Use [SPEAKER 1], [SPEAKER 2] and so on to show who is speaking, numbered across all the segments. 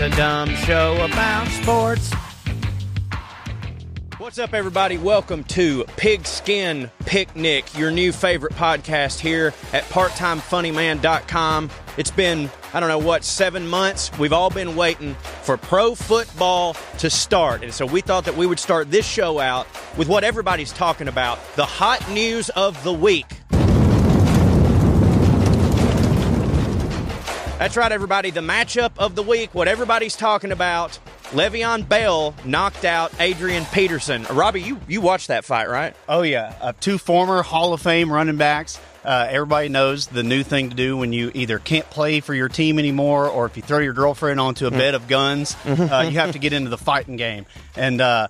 [SPEAKER 1] a dumb show about sports. What's up, everybody? Welcome to Pigskin Picnic, your new favorite podcast here at parttimefunnyman.com. It's been, I don't know what, seven months. We've all been waiting for pro football to start. And so we thought that we would start this show out with what everybody's talking about the hot news of the week. That's right, everybody. The matchup of the week, what everybody's talking about. Le'Veon Bell knocked out Adrian Peterson. Robbie, you, you watched that fight, right?
[SPEAKER 2] Oh yeah, uh, two former Hall of Fame running backs. Uh, everybody knows the new thing to do when you either can't play for your team anymore, or if you throw your girlfriend onto a
[SPEAKER 1] Mm.
[SPEAKER 2] bed of guns,
[SPEAKER 1] Mm-hmm.
[SPEAKER 2] uh, you have to get into the fighting game. And uh,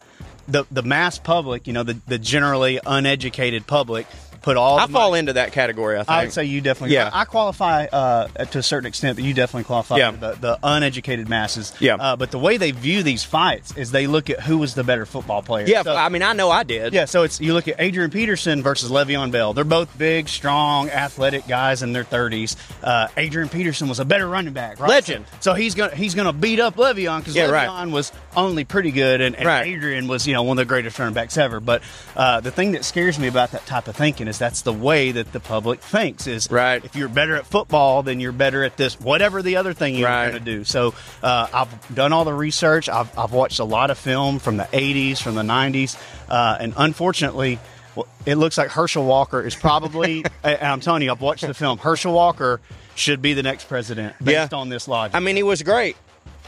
[SPEAKER 2] the the mass public, you know, the, the generally uneducated public, put all.
[SPEAKER 1] I
[SPEAKER 2] the
[SPEAKER 1] fall
[SPEAKER 2] money-
[SPEAKER 1] into that category, I think.
[SPEAKER 2] I'd say you definitely.
[SPEAKER 1] Yeah.
[SPEAKER 2] I I qualify uh, to a certain extent, but you definitely qualify
[SPEAKER 1] Yeah.
[SPEAKER 2] for the, the uneducated masses.
[SPEAKER 1] Yeah.
[SPEAKER 2] Uh, but the way they view these fights is they look at who was the better football player.
[SPEAKER 1] yeah,
[SPEAKER 2] So-
[SPEAKER 1] I mean, I know I did.
[SPEAKER 2] yeah, so it's you look at Adrian Peterson versus Le'Veon Bell. They're both big, strong, athletic guys in their thirties. Uh, Adrian Peterson was a better running back, right?
[SPEAKER 1] Legend.
[SPEAKER 2] So, so he's gonna he's gonna beat up Le'Veon because
[SPEAKER 1] Yeah,
[SPEAKER 2] Le'Veon
[SPEAKER 1] right.
[SPEAKER 2] was only pretty good, and, and
[SPEAKER 1] Right.
[SPEAKER 2] Adrian was you know one of the greatest running backs ever. But uh, the thing that scares me about that type of thinking is that's the way that the public thinks is
[SPEAKER 1] Right.
[SPEAKER 2] If you're better at football, then you're better at this whatever the other thing you're
[SPEAKER 1] Right.
[SPEAKER 2] gonna do do. So uh, I've done all the research. I've, I've watched a lot of film from the 80s, from the 90s, uh, and unfortunately, well, it looks like Herschel Walker is probably. and I'm telling you, I've watched the film. Herschel Walker should be the next president based
[SPEAKER 1] Yeah.
[SPEAKER 2] on this logic.
[SPEAKER 1] I mean, he was great.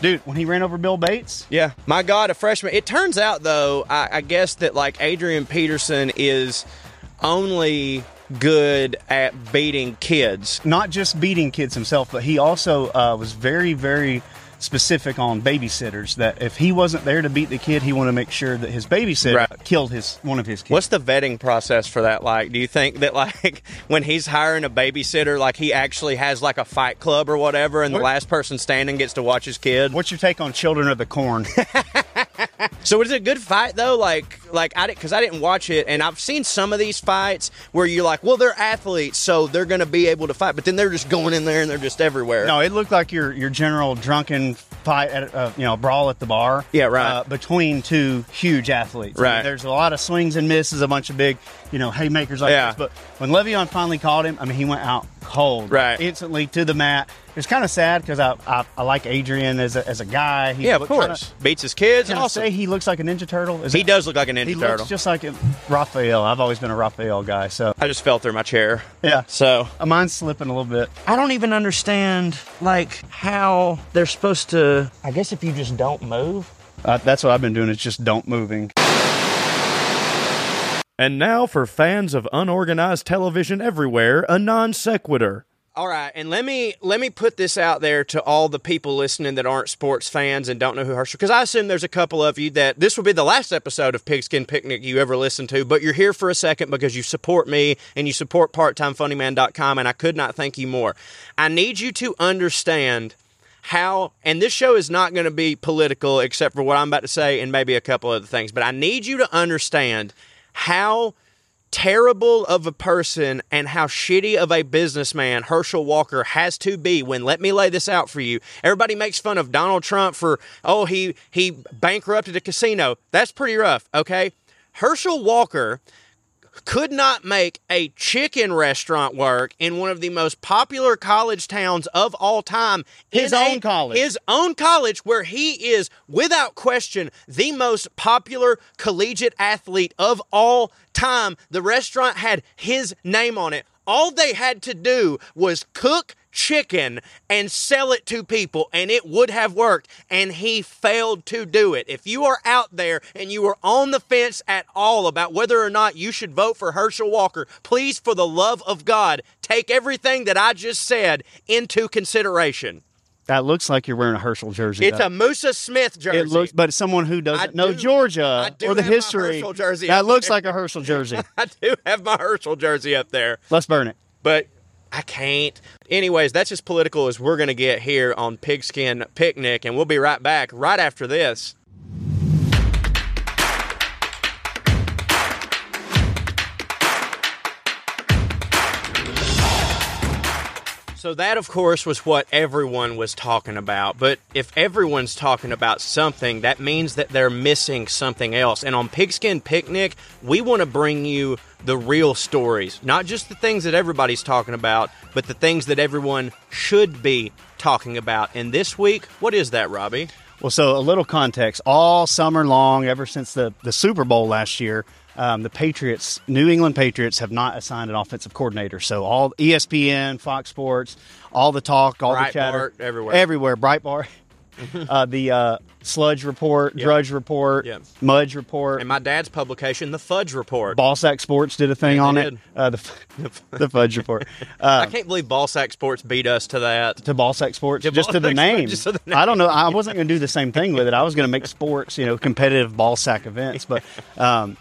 [SPEAKER 2] dude, when he ran over Bill Bates,
[SPEAKER 1] Yeah. My God, a freshman. It turns out, though, I, I guess that like Adrian Peterson is only good at beating kids.
[SPEAKER 2] not just beating kids himself, but he also uh, was very, very specific on babysitters. That if he wasn't there to beat the kid, he wanted to make sure that his babysitter
[SPEAKER 1] Right.
[SPEAKER 2] killed his one of his kids.
[SPEAKER 1] What's the vetting process for that like? Do you think that like when he's hiring a babysitter, like he actually has like a fight club or whatever, and the
[SPEAKER 2] What-
[SPEAKER 1] last person standing gets to watch his kid?
[SPEAKER 2] What's your take on Children of the Corn?
[SPEAKER 1] So is it a good fight though? Like like I did because I didn't watch it, and I've seen some of these fights where you're like, well, they're athletes, so they're going to be able to fight, but then they're just going in there and they're just everywhere.
[SPEAKER 2] No, it looked like your your general drunken fight, at, uh, you know, brawl at the bar.
[SPEAKER 1] Yeah, right.
[SPEAKER 2] Uh, between two huge athletes. I mean,
[SPEAKER 1] Right.
[SPEAKER 2] there's a lot of swings and misses, a bunch of big, you know, haymakers like
[SPEAKER 1] Yeah.
[SPEAKER 2] this. But when Le'Veon finally caught him, I mean, he went out cold.
[SPEAKER 1] Right.
[SPEAKER 2] Instantly to the mat. It's kind of sad because I, I I like Adrian as a, as a guy. He
[SPEAKER 1] yeah, of
[SPEAKER 2] looked
[SPEAKER 1] course.
[SPEAKER 2] kinda-
[SPEAKER 1] Beats his kids.
[SPEAKER 2] can
[SPEAKER 1] and
[SPEAKER 2] I
[SPEAKER 1] also,
[SPEAKER 2] say he looks like a Ninja Turtle? Is
[SPEAKER 1] he
[SPEAKER 2] that-
[SPEAKER 1] does look like a
[SPEAKER 2] He
[SPEAKER 1] ninja
[SPEAKER 2] looks
[SPEAKER 1] turtle.
[SPEAKER 2] just like a- Raphael. I've always been a Raphael guy, so
[SPEAKER 1] I just fell through my chair.
[SPEAKER 2] yeah.
[SPEAKER 1] So
[SPEAKER 2] Uh, Mine's slipping a little bit.
[SPEAKER 1] I don't even understand like how they're supposed to. I guess if you just don't move.
[SPEAKER 2] Uh, that's what I've been doing. Is just don't moving.
[SPEAKER 3] And now, for fans of unorganized television everywhere, a non sequitur.
[SPEAKER 1] All right, and let me let me put this out there to all the people listening that aren't sports fans and don't know who Herschel, because I assume there's a couple of you that this will be the last episode of Pigskin Picnic you ever listen to, but you're here for a second because you support me and you support PartTimeFunnyMan.com, and I could not thank you more. I need you to understand how and this show is not going to be political except for what I'm about to say and maybe a couple other things, but I need you to understand how terrible of a person and how shitty of a businessman Herschel Walker has to be when let me lay this out for you. Everybody makes fun of Donald Trump for oh he he bankrupted a casino. That's pretty rough, okay? Herschel Walker could not make a chicken restaurant work in one of the most popular college towns of all time.
[SPEAKER 2] His
[SPEAKER 1] in
[SPEAKER 2] own college.
[SPEAKER 1] His own college, where he is, without question, the most popular collegiate athlete of all time. The restaurant had his name on it. All they had to do was cook chicken and sell it to people, and it would have worked. And he failed to do it. If you are out there and you are on the fence at all about whether or not you should vote for Herschel Walker, please, for the love of God, take everything that I just said into consideration.
[SPEAKER 2] That looks like you're wearing a Herschel jersey.
[SPEAKER 1] It's
[SPEAKER 2] though.
[SPEAKER 1] a Musa Smith jersey.
[SPEAKER 2] It looks, but someone who doesn't
[SPEAKER 1] I
[SPEAKER 2] know
[SPEAKER 1] do- I
[SPEAKER 2] Georgia
[SPEAKER 1] do
[SPEAKER 2] or the
[SPEAKER 1] have my
[SPEAKER 2] history,
[SPEAKER 1] Herschel jersey
[SPEAKER 2] that
[SPEAKER 1] up
[SPEAKER 2] looks like a Herschel jersey.
[SPEAKER 1] I do have my Herschel jersey up there,
[SPEAKER 2] Let's burn it.
[SPEAKER 1] but I can't. Anyways, that's as political as we're going to get here on Pigskin Picnic, and we'll be right back right after this. So that, of course, was what everyone was talking about. But if everyone's talking about something, that means that they're missing something else. And on Pigskin Picnic, we want to bring you the real stories, not just the things that everybody's talking about, but the things that everyone should be talking about. And this week, what is that, Robbie?
[SPEAKER 2] Well, so a little context. All summer long, ever since the, the Super Bowl last year, um, the Patriots, New England Patriots, have not assigned an offensive coordinator. So all E ESPN, Fox Sports, all the talk, all the chatter,
[SPEAKER 1] Breitbart, everywhere.
[SPEAKER 2] everywhere, Breitbart, uh, the uh, Sludge Report, Drudge Report,
[SPEAKER 1] Yep.
[SPEAKER 2] Mudge Report,
[SPEAKER 1] And my dad's publication, The Fudge Report.
[SPEAKER 2] Ballsack Sports did a thing on
[SPEAKER 1] they
[SPEAKER 2] it.
[SPEAKER 1] did.
[SPEAKER 2] Uh, the, f- the Fudge Report. Uh,
[SPEAKER 1] I can't believe Ballsack Sports beat us to that.
[SPEAKER 2] to Ballsack Sports, just to
[SPEAKER 1] Ballsack
[SPEAKER 2] the
[SPEAKER 1] Sports,
[SPEAKER 2] name.
[SPEAKER 1] just to the
[SPEAKER 2] I don't know. I wasn't going to do the same thing with it. I was going to make sports, you know, competitive Ballsack events. But um,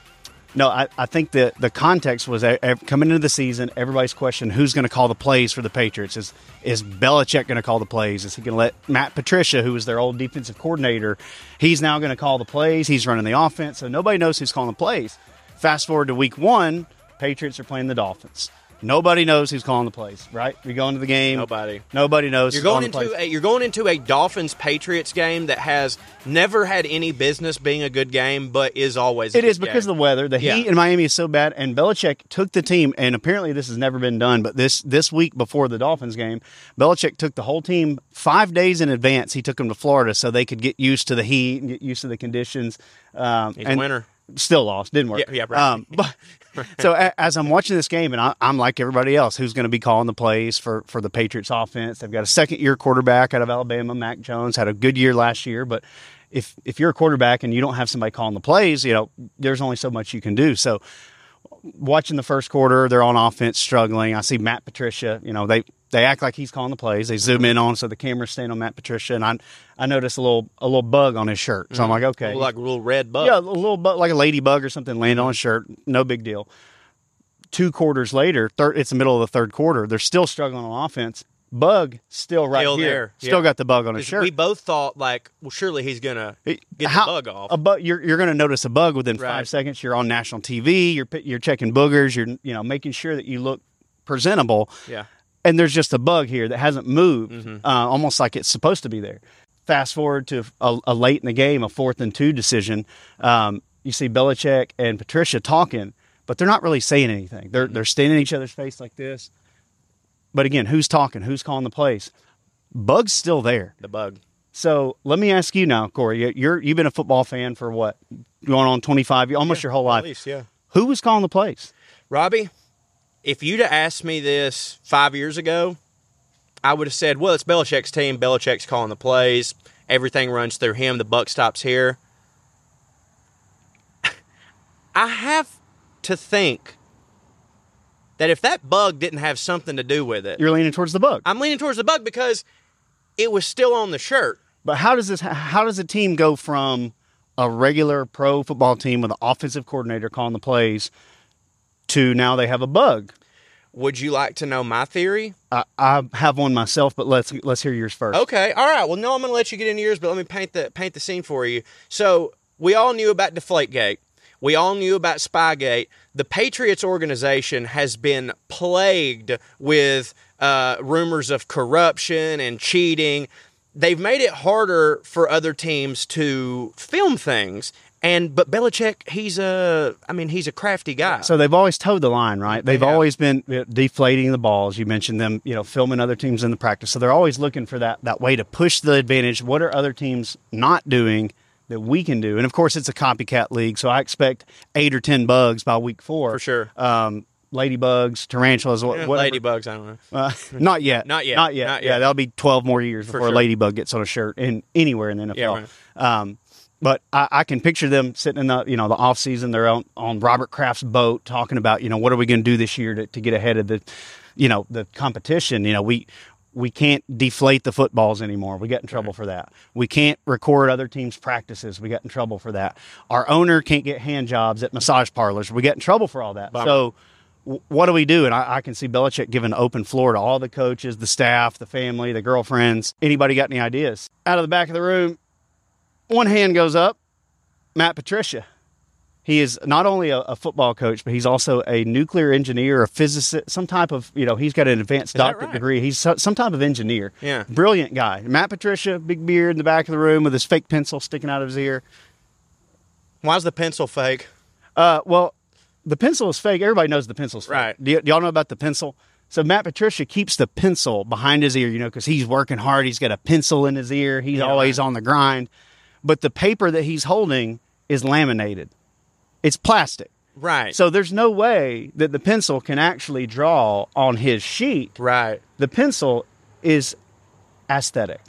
[SPEAKER 2] no, I, I think that the context was e- e- coming into the season, everybody's question: Who's going to call the plays for the Patriots? Is is Belichick going to call the plays? Is he going to let Matt Patricia, who was their old defensive coordinator, he's now going to call the plays? He's running the offense, so nobody knows who's calling the plays. Fast forward to week one, Patriots are playing the Dolphins. Nobody knows who's calling the plays, right? We go into the game.
[SPEAKER 1] Nobody.
[SPEAKER 2] Nobody knows.
[SPEAKER 1] You're going
[SPEAKER 2] who's calling the
[SPEAKER 1] into
[SPEAKER 2] plays.
[SPEAKER 1] a, you're going into a Dolphins Patriots game that has never had any business being a good game, but is always. A
[SPEAKER 2] It
[SPEAKER 1] good
[SPEAKER 2] is because
[SPEAKER 1] game.
[SPEAKER 2] of the weather. The
[SPEAKER 1] Yeah.
[SPEAKER 2] heat in Miami is so bad, and Belichick took the team. And apparently, this has never been done. But this this week before the Dolphins game, Belichick took the whole team five days in advance. He took them to Florida so they could get used to the heat and get used to the conditions. Um,
[SPEAKER 1] He's a
[SPEAKER 2] and
[SPEAKER 1] winner.
[SPEAKER 2] Still lost. Didn't work. Um,
[SPEAKER 1] Yeah, yeah, right.
[SPEAKER 2] but so a, as I'm watching this game, and I, I'm like everybody else, who's going to be calling the plays for for the Patriots offense? They've got a second year quarterback out of Alabama, Mac Jones, had a good year last year, but. If, if you're a quarterback and you don't have somebody calling the plays, you know there's only so much you can do. So watching the first quarter, they're on offense struggling. I see Matt Patricia, you know, they they act like he's calling the plays. They zoom in on so the camera's staying on Matt Patricia and I I notice a little a little bug on his shirt. So I'm like, okay.
[SPEAKER 1] Like Mm. a little red bug.
[SPEAKER 2] yeah, a little bug like a ladybug or something landed on his shirt. No big deal. Two quarters later, third it's the middle of the third quarter. They're still struggling on offense. Bug still right
[SPEAKER 1] Still
[SPEAKER 2] here.
[SPEAKER 1] there,
[SPEAKER 2] Still
[SPEAKER 1] yeah.
[SPEAKER 2] got the bug on his
[SPEAKER 1] Because
[SPEAKER 2] shirt.
[SPEAKER 1] We both thought like, well, surely he's gonna
[SPEAKER 2] It-
[SPEAKER 1] get
[SPEAKER 2] how-
[SPEAKER 1] the bug off.
[SPEAKER 2] A bug, you're you're going to notice a bug within
[SPEAKER 1] Right.
[SPEAKER 2] five seconds. You're on national TV. You're pi- you're checking boogers. You're you know making sure that you look presentable.
[SPEAKER 1] yeah,
[SPEAKER 2] And there's just a bug here that hasn't moved, uh, almost like it's supposed to be there. Fast forward to a, a late in the game, a fourth and two decision. Um, you see Belichick and Patricia talking, but they're not really saying anything. They're they're standing in each other's face like this. But again, who's talking? Who's calling the plays? Bug's still there.
[SPEAKER 1] the bug.
[SPEAKER 2] So let me ask you now, Corey. you- You're you've been a football fan for what going on 25, almost your whole life.
[SPEAKER 1] yeah.
[SPEAKER 2] Who was calling the plays?
[SPEAKER 1] Robbie, if you'd have asked me this five years ago, I would have said, well, it's Belichick's team. Belichick's calling the plays. Everything runs through him. The buck stops here. I have to think that if that bug didn't have something to do with it,
[SPEAKER 2] You're leaning towards the bug.
[SPEAKER 1] I'm leaning towards the bug because it was still on the shirt.
[SPEAKER 2] But how does this? How does a team go from a regular pro football team with an offensive coordinator calling the plays to now they have a bug?
[SPEAKER 1] Would you like to know my theory?
[SPEAKER 2] I, I have one myself, but let's let's hear yours first.
[SPEAKER 1] Okay. All right. Well, no, I'm going to let you get into yours, but let me paint the paint the scene for you. So we all knew about Deflategate. We all knew about Spygate. The Patriots organization has been plagued with uh, rumors of corruption and cheating. They've made it harder for other teams to film things. And but Belichick, he's a, I mean, he's a crafty guy.
[SPEAKER 2] So they've always towed the line, right? They've
[SPEAKER 1] have.
[SPEAKER 2] always been you know, deflating the balls. You mentioned them, you know, filming other teams in the practice. So they're always looking for that that way to push the advantage. What are other teams not doing that we can do? And of course, it's a copycat league. So I expect eight or ten bugs by week four
[SPEAKER 1] For sure.
[SPEAKER 2] Um, ladybugs, tarantulas, what,
[SPEAKER 1] Eh,
[SPEAKER 2] whatever.
[SPEAKER 1] Ladybugs, I don't know.
[SPEAKER 2] Uh, not yet.
[SPEAKER 1] Not yet.
[SPEAKER 2] Not yet.
[SPEAKER 1] Not
[SPEAKER 2] Yeah,
[SPEAKER 1] yet.
[SPEAKER 2] that'll be 12 more years before
[SPEAKER 1] sure.
[SPEAKER 2] a ladybug gets on a shirt in anywhere in the NFL.
[SPEAKER 1] Yeah, right.
[SPEAKER 2] um, but I, I can picture them sitting in the you know the off season. They're on, on Robert Kraft's boat talking about you know what are we going to do this year to, to get ahead of the you know the competition. You know we we can't deflate the footballs anymore. We got in trouble for that. We can't record other teams' practices. We got in trouble for that. Our owner can't get hand jobs at massage parlors. We got in trouble for all that. So w- what do we do? And I, I can see Belichick giving an open floor to all the coaches, the staff, the family, the girlfriends. Anybody got any ideas? Out of the back of the room, one hand goes up, Matt Patricia. He is not only a, a football coach, but he's also a nuclear engineer, a physicist, some type of you know. He's got an advanced
[SPEAKER 1] that
[SPEAKER 2] doctorate
[SPEAKER 1] right?
[SPEAKER 2] degree. He's so, some type of engineer.
[SPEAKER 1] Yeah.
[SPEAKER 2] brilliant guy. Matt Patricia, big beard in the back of the room with his fake pencil sticking out of his ear.
[SPEAKER 1] Why's the pencil fake?
[SPEAKER 2] Uh, well, the pencil is fake. Everybody knows the pencil's fake.
[SPEAKER 1] Right.
[SPEAKER 2] Do, y- do y'all know about the pencil? So Matt Patricia keeps the pencil behind his ear, you know, because he's working hard. He's got a pencil in his ear. He's always on the grind. But the paper that he's holding is laminated. It's plastic.
[SPEAKER 1] Right.
[SPEAKER 2] So there's no way that the pencil can actually draw on his sheet.
[SPEAKER 1] right.
[SPEAKER 2] The pencil is aesthetic.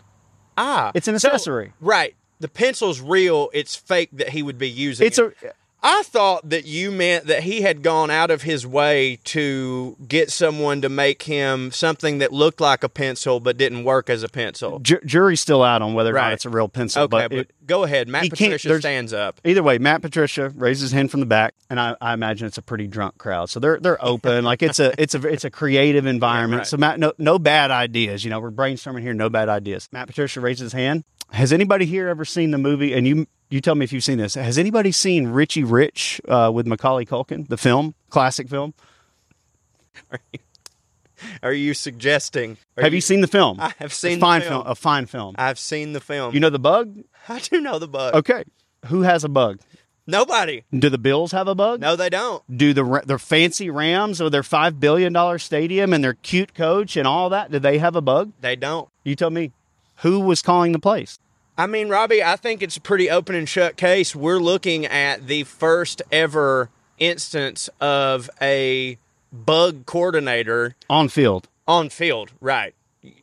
[SPEAKER 1] Ah,
[SPEAKER 2] It's an
[SPEAKER 1] so-
[SPEAKER 2] accessory.
[SPEAKER 1] right. The pencil's real. It's fake that he would be using.
[SPEAKER 2] It's
[SPEAKER 1] it.
[SPEAKER 2] a
[SPEAKER 1] I thought that you meant that he had gone out of his way to get someone to make him something that looked like a pencil but didn't work as a pencil.
[SPEAKER 2] ju- jury's still out on whether or
[SPEAKER 1] Right.
[SPEAKER 2] not it's a real pencil.
[SPEAKER 1] Okay, but,
[SPEAKER 2] but it,
[SPEAKER 1] go ahead. Matt
[SPEAKER 2] he can't-
[SPEAKER 1] Patricia
[SPEAKER 2] there's-
[SPEAKER 1] stands up.
[SPEAKER 2] Either way, Matt Patricia raises his hand from the back, and I, I imagine it's a pretty drunk crowd. So they're they're open, like it's a it's a it's a creative environment.
[SPEAKER 1] right.
[SPEAKER 2] So Matt, no no bad ideas. You know, we're brainstorming here, no bad ideas. Matt Patricia raises his hand. Has anybody here ever seen the movie? And you you tell me if you've seen this. Has anybody seen Richie Rich uh, with Macaulay Culkin, the film, classic film?
[SPEAKER 1] Are you suggesting? are
[SPEAKER 2] Have you, seen the film?
[SPEAKER 1] I have seen
[SPEAKER 2] a
[SPEAKER 1] the
[SPEAKER 2] fine
[SPEAKER 1] film.
[SPEAKER 2] A fine film.
[SPEAKER 1] I've seen the film.
[SPEAKER 2] you know the bug?
[SPEAKER 1] I do know the bug.
[SPEAKER 2] Okay. Who has a bug?
[SPEAKER 1] Nobody.
[SPEAKER 2] Do the Bills have a bug?
[SPEAKER 1] No, they don't.
[SPEAKER 2] do the Ra- their fancy Rams or their five billion dollar stadium and their cute coach and all that? Do they have a bug?
[SPEAKER 1] They don't.
[SPEAKER 2] You tell me. Who was calling the plays?
[SPEAKER 1] I mean, Robbie, I think it's a pretty open and shut case. We're looking at the first ever instance of a bug coordinator
[SPEAKER 2] On field.
[SPEAKER 1] on field. Right.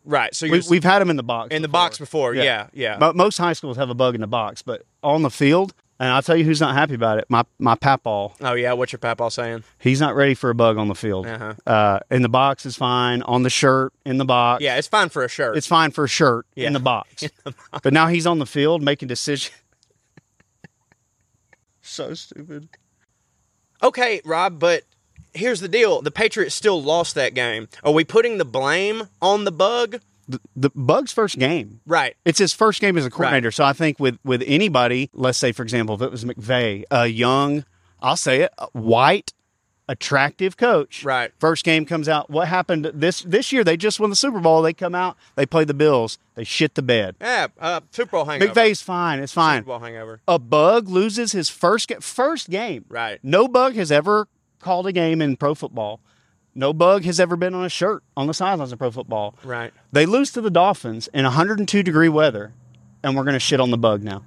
[SPEAKER 1] Right. So you're
[SPEAKER 2] We, we've had them in the box.
[SPEAKER 1] in the
[SPEAKER 2] before.
[SPEAKER 1] box before. Yeah. Yeah.
[SPEAKER 2] Mo- most high schools have a bug in the box, but on the field, and I'll tell you who's not happy about it. My my papal,
[SPEAKER 1] oh, yeah. What's your papaw saying?
[SPEAKER 2] he's not ready for a bug on the field.
[SPEAKER 1] Uh-huh.
[SPEAKER 2] Uh, in the box is fine. On the shirt, in the box.
[SPEAKER 1] Yeah. It's fine for a shirt.
[SPEAKER 2] It's fine for a shirt
[SPEAKER 1] Yeah.
[SPEAKER 2] in the box. but now he's on the field making decisions. so stupid.
[SPEAKER 1] okay, Rob, but here's the deal the Patriots still lost that game. Are we putting the blame on the bug?
[SPEAKER 2] the, the Bug's first game.
[SPEAKER 1] Right.
[SPEAKER 2] It's his first game as a coordinator. So I think with with anybody, let's say for example, if it was McVay, a young, I'll say it, a white, attractive coach.
[SPEAKER 1] Right.
[SPEAKER 2] First game comes out. What happened this this year? They just won the Super Bowl. They come out. They play the Bills. They shit the bed.
[SPEAKER 1] Yeah. Uh, Super Bowl hangover.
[SPEAKER 2] McVay's fine. It's fine.
[SPEAKER 1] Super Bowl hangover.
[SPEAKER 2] A bug loses his first ga- first game.
[SPEAKER 1] Right.
[SPEAKER 2] No bug has ever called a game in pro football. No bug has ever been on a shirt on the sidelines of pro football.
[SPEAKER 1] Right.
[SPEAKER 2] They lose to the Dolphins in 102 degree weather, and we're going to shit on the bug now.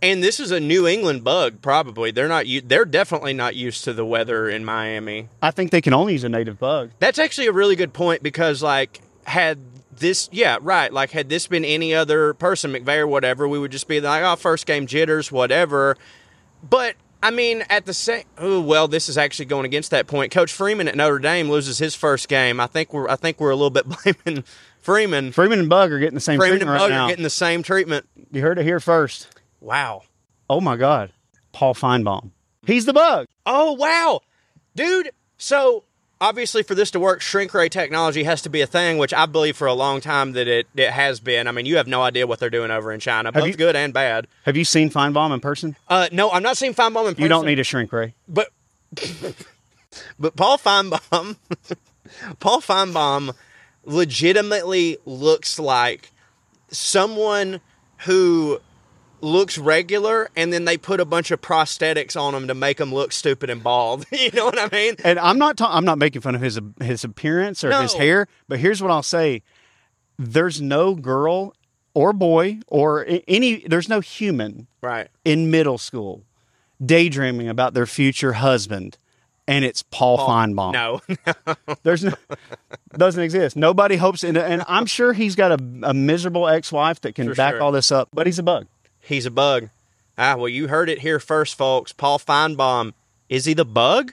[SPEAKER 1] And this is a New England bug, probably. They're not. u- They're definitely not used to the weather in Miami.
[SPEAKER 2] I think they can only use a native bug.
[SPEAKER 1] That's actually a really good point because, like, had this, yeah, right. Like, had this been any other person, McVay or whatever, we would just be like, oh, first game jitters, whatever. But I mean, at the same, oh well, this is actually going against that point. Coach Freeman at Notre Dame loses his first game. I think we're. I think we're a little bit blaming Freeman.
[SPEAKER 2] Freeman and Bug are getting the same
[SPEAKER 1] Freeman and
[SPEAKER 2] treatment right
[SPEAKER 1] Bug
[SPEAKER 2] now.
[SPEAKER 1] are getting the same treatment.
[SPEAKER 2] you heard it here first.
[SPEAKER 1] Wow.
[SPEAKER 2] Oh my God, Paul Feinbaum. He's the bug.
[SPEAKER 1] Oh wow, dude! So obviously, for this to work, shrink ray technology has to be a thing, which I believe for a long time that it it has been. I mean, you have no idea what they're doing over in China, both
[SPEAKER 2] you-
[SPEAKER 1] good and bad.
[SPEAKER 2] Have you seen Feinbaum in person?
[SPEAKER 1] Uh, no, I'm not seeing Feinbaum in person.
[SPEAKER 2] You don't need a shrink ray.
[SPEAKER 1] but but Paul Feinbaum, Paul Feinbaum, legitimately looks like someone who looks regular and then they put a bunch of prosthetics on him to make him look stupid and bald you know what i mean
[SPEAKER 2] And I'm not. Ta- I'm not making fun of his his appearance or his
[SPEAKER 1] No.
[SPEAKER 2] hair. But here's what I'll say: There's no girl or boy or a- any. There's no human
[SPEAKER 1] right
[SPEAKER 2] in middle school daydreaming about their future husband, and it's Paul, Feinbaum.
[SPEAKER 1] No,
[SPEAKER 2] There's no, doesn't exist. Nobody hopes, and, and I'm sure he's got a, a miserable ex-wife that can
[SPEAKER 1] For
[SPEAKER 2] back
[SPEAKER 1] sure.
[SPEAKER 2] all this up. But he's a bug.
[SPEAKER 1] he's a bug. Ah, well, you heard it here first, folks. Paul Feinbaum, is he the bug?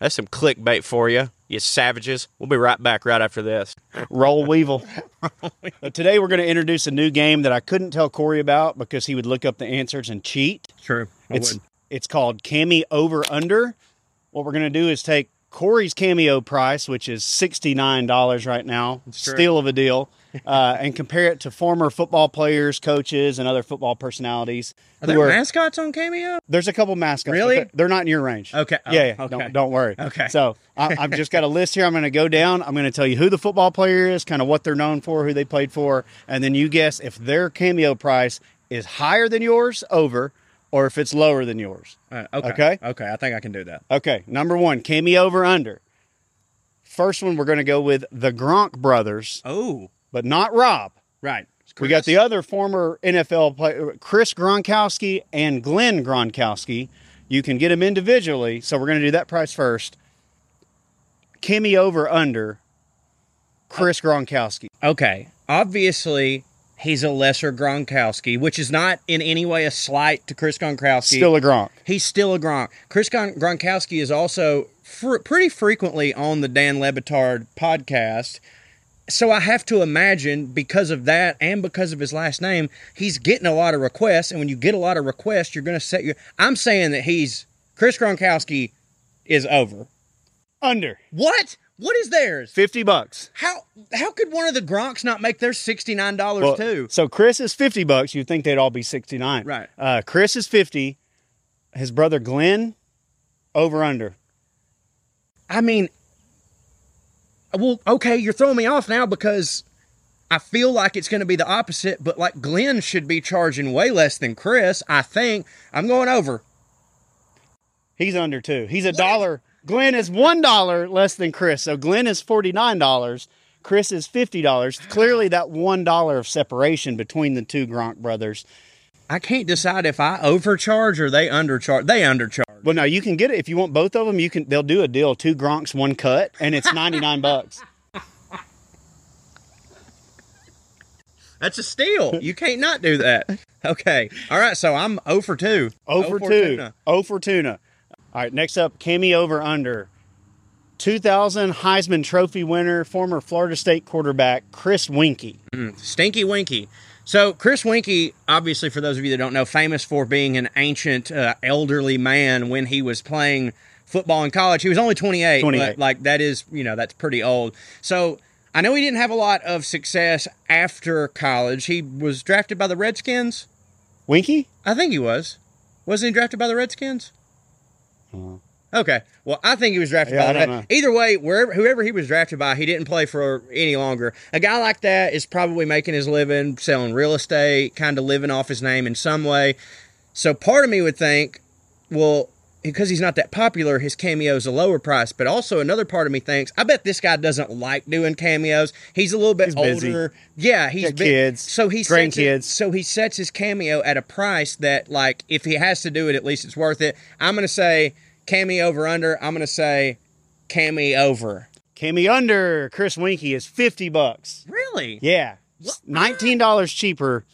[SPEAKER 1] That's some clickbait for you, you savages. We'll be right back right after this.
[SPEAKER 2] Roll Weevil. But Today we're going to introduce a new game that I couldn't tell Corey about because he would look up the answers and cheat.
[SPEAKER 3] True.
[SPEAKER 2] It's it's called Cami Over Under. What we're gonna do is take Corey's cameo price, which is sixty nine dollars right now,
[SPEAKER 3] true.
[SPEAKER 2] steal of a deal, uh, and compare it to former football players, coaches, and other football personalities.
[SPEAKER 1] Are
[SPEAKER 2] who
[SPEAKER 1] there
[SPEAKER 2] are-
[SPEAKER 1] mascots on Cameo?
[SPEAKER 2] there's a couple mascots. but
[SPEAKER 1] Really?
[SPEAKER 2] They're, they're not in your range.
[SPEAKER 1] Okay. Oh,
[SPEAKER 2] yeah. yeah.
[SPEAKER 1] okay.
[SPEAKER 2] Don't, don't worry.
[SPEAKER 1] Okay.
[SPEAKER 2] So I, I've just got a list here. I'm going to go down. I'm going to tell you who the football player is, kind of what they're known for, who they played for, and then you guess if their cameo price is higher than yours, over, or if it's lower than yours.
[SPEAKER 1] Uh, okay.
[SPEAKER 2] Okay.
[SPEAKER 1] Okay. I think I can do that.
[SPEAKER 2] Okay, number one, cameo over under. First one, we're going to go with the Gronk brothers,
[SPEAKER 1] Oh,
[SPEAKER 2] but not Rob.
[SPEAKER 1] right.
[SPEAKER 2] We got the other former NFL player, uh, Chris Gronkowski and Glenn Gronkowski. You can get them individually, so we're going to do that price first. Kimmy over under Chris Gronkowski.
[SPEAKER 1] Okay. Obviously, he's a lesser Gronkowski, which is not in any way a slight to Chris Gronkowski.
[SPEAKER 2] Still a Gronk.
[SPEAKER 1] He's still a Gronk. Chris Gon- Gronkowski is also fr- pretty frequently on the Dan Lebitard podcast. So I have to imagine because of that and because of his last name, he's getting a lot of requests. And when you get a lot of requests, you're going to set your. I'm saying that he's. Chris Gronkowski is over.
[SPEAKER 2] Under
[SPEAKER 1] What? What is theirs?
[SPEAKER 2] 50 bucks.
[SPEAKER 1] How how could one of the Gronks not make their sixty nine dollars
[SPEAKER 2] Well,
[SPEAKER 1] too?
[SPEAKER 2] So Chris is 50 bucks. You'd think they'd all be 69.
[SPEAKER 1] Right.
[SPEAKER 2] Uh, Chris is 50. His brother Glenn over under.
[SPEAKER 1] I mean, well, okay, you're throwing me off now because I feel like it's going to be the opposite, but like Glenn should be charging way less than Chris. I think I'm going over.
[SPEAKER 2] He's under two. He's a dollar. Glenn is one dollar less than Chris. So Glenn is forty nine dollars. Chris is fifty dollars. Clearly, that one dollar of separation between the two Gronk brothers.
[SPEAKER 1] I can't decide if I overcharge or they undercharge. They undercharge.
[SPEAKER 2] Well, now you can get it if you want both of them. You can. They'll do a deal: two Gronks, one cut, and it's ninety nine bucks.
[SPEAKER 1] That's a steal. You can't not do that. Okay. All right. So I'm 0 for 2.
[SPEAKER 2] Over
[SPEAKER 1] for
[SPEAKER 2] Oh two.
[SPEAKER 1] tuna.
[SPEAKER 2] Over tuna. All right. Next up, Cammy over under. 2000 Heisman Trophy winner, former Florida State quarterback Chris Winkie.
[SPEAKER 1] Stinky Winky. So Chris Winky, obviously, for those of you that don't know, famous for being an ancient, uh, elderly man when he was playing football in college. He was only 28,
[SPEAKER 2] 28.
[SPEAKER 1] but like that is, you know, that's pretty old. So I know he didn't have a lot of success after college. He was drafted by the Redskins.
[SPEAKER 2] Winkie?
[SPEAKER 1] I think he was. Wasn't he drafted by the Redskins? Okay. Well, I think he was drafted
[SPEAKER 2] Uh-huh. Yeah,
[SPEAKER 1] by.
[SPEAKER 2] I
[SPEAKER 1] the
[SPEAKER 2] don't know.
[SPEAKER 1] Red- Either way, wherever whoever he was drafted by, he didn't play for any longer. A guy like that is probably making his living selling real estate, kind of living off his name in some way. So part of me would think, well, because he's not that popular, his cameo's a lower price. But also another part of me thinks, I bet this guy doesn't like doing cameos. He's a little bit
[SPEAKER 2] busy.
[SPEAKER 1] older. Yeah, he's
[SPEAKER 2] Got
[SPEAKER 1] bu-
[SPEAKER 2] kids,
[SPEAKER 1] So he sets it-
[SPEAKER 2] grandkids.
[SPEAKER 1] so he sets his cameo at a price that, like, if he has to do it, at least it's worth it. I'm gonna say cameo over under. I'm gonna say cameo over.
[SPEAKER 2] Cammy under Chris Winkie is 50 bucks.
[SPEAKER 1] Really?
[SPEAKER 2] Yeah. Nineteen dollars cheaper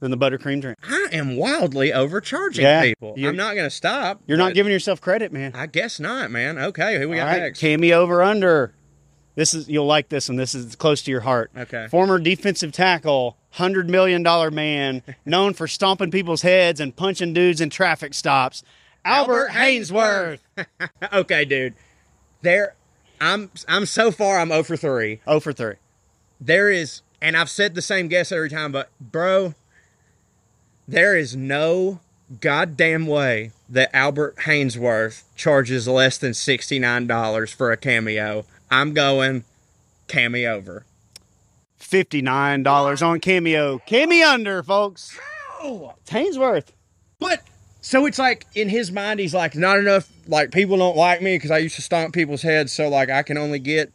[SPEAKER 2] than the buttercream drink.
[SPEAKER 1] I am wildly overcharging
[SPEAKER 2] Yeah,
[SPEAKER 1] people.
[SPEAKER 2] you-
[SPEAKER 1] I'm not gonna stop.
[SPEAKER 2] You're not
[SPEAKER 1] but
[SPEAKER 2] giving yourself credit, man.
[SPEAKER 1] I guess not, man. Okay, who we
[SPEAKER 2] All
[SPEAKER 1] got
[SPEAKER 2] right,
[SPEAKER 1] next?
[SPEAKER 2] Cammy over under. This is you'll like this one. This is close to your heart.
[SPEAKER 1] Okay.
[SPEAKER 2] Former defensive tackle, hundred million dollar man, known for stomping people's heads and punching dudes in traffic stops. Albert,
[SPEAKER 1] Albert
[SPEAKER 2] Hainsworth.
[SPEAKER 1] okay, dude. There, I'm I'm so far I'm over three.
[SPEAKER 2] Oh for three.
[SPEAKER 1] There is, and I've said the same guess every time, but bro, there is no goddamn way that Albert Hainsworth charges less than sixty nine dollars for a cameo. I'm going cameo over.
[SPEAKER 2] Fifty-nine dollars on Cameo. Cammy under, folks. It's Hainsworth.
[SPEAKER 1] But so it's like in his mind, he's like, not enough. Like people don't like me because I used to stomp people's heads, so like I can only get.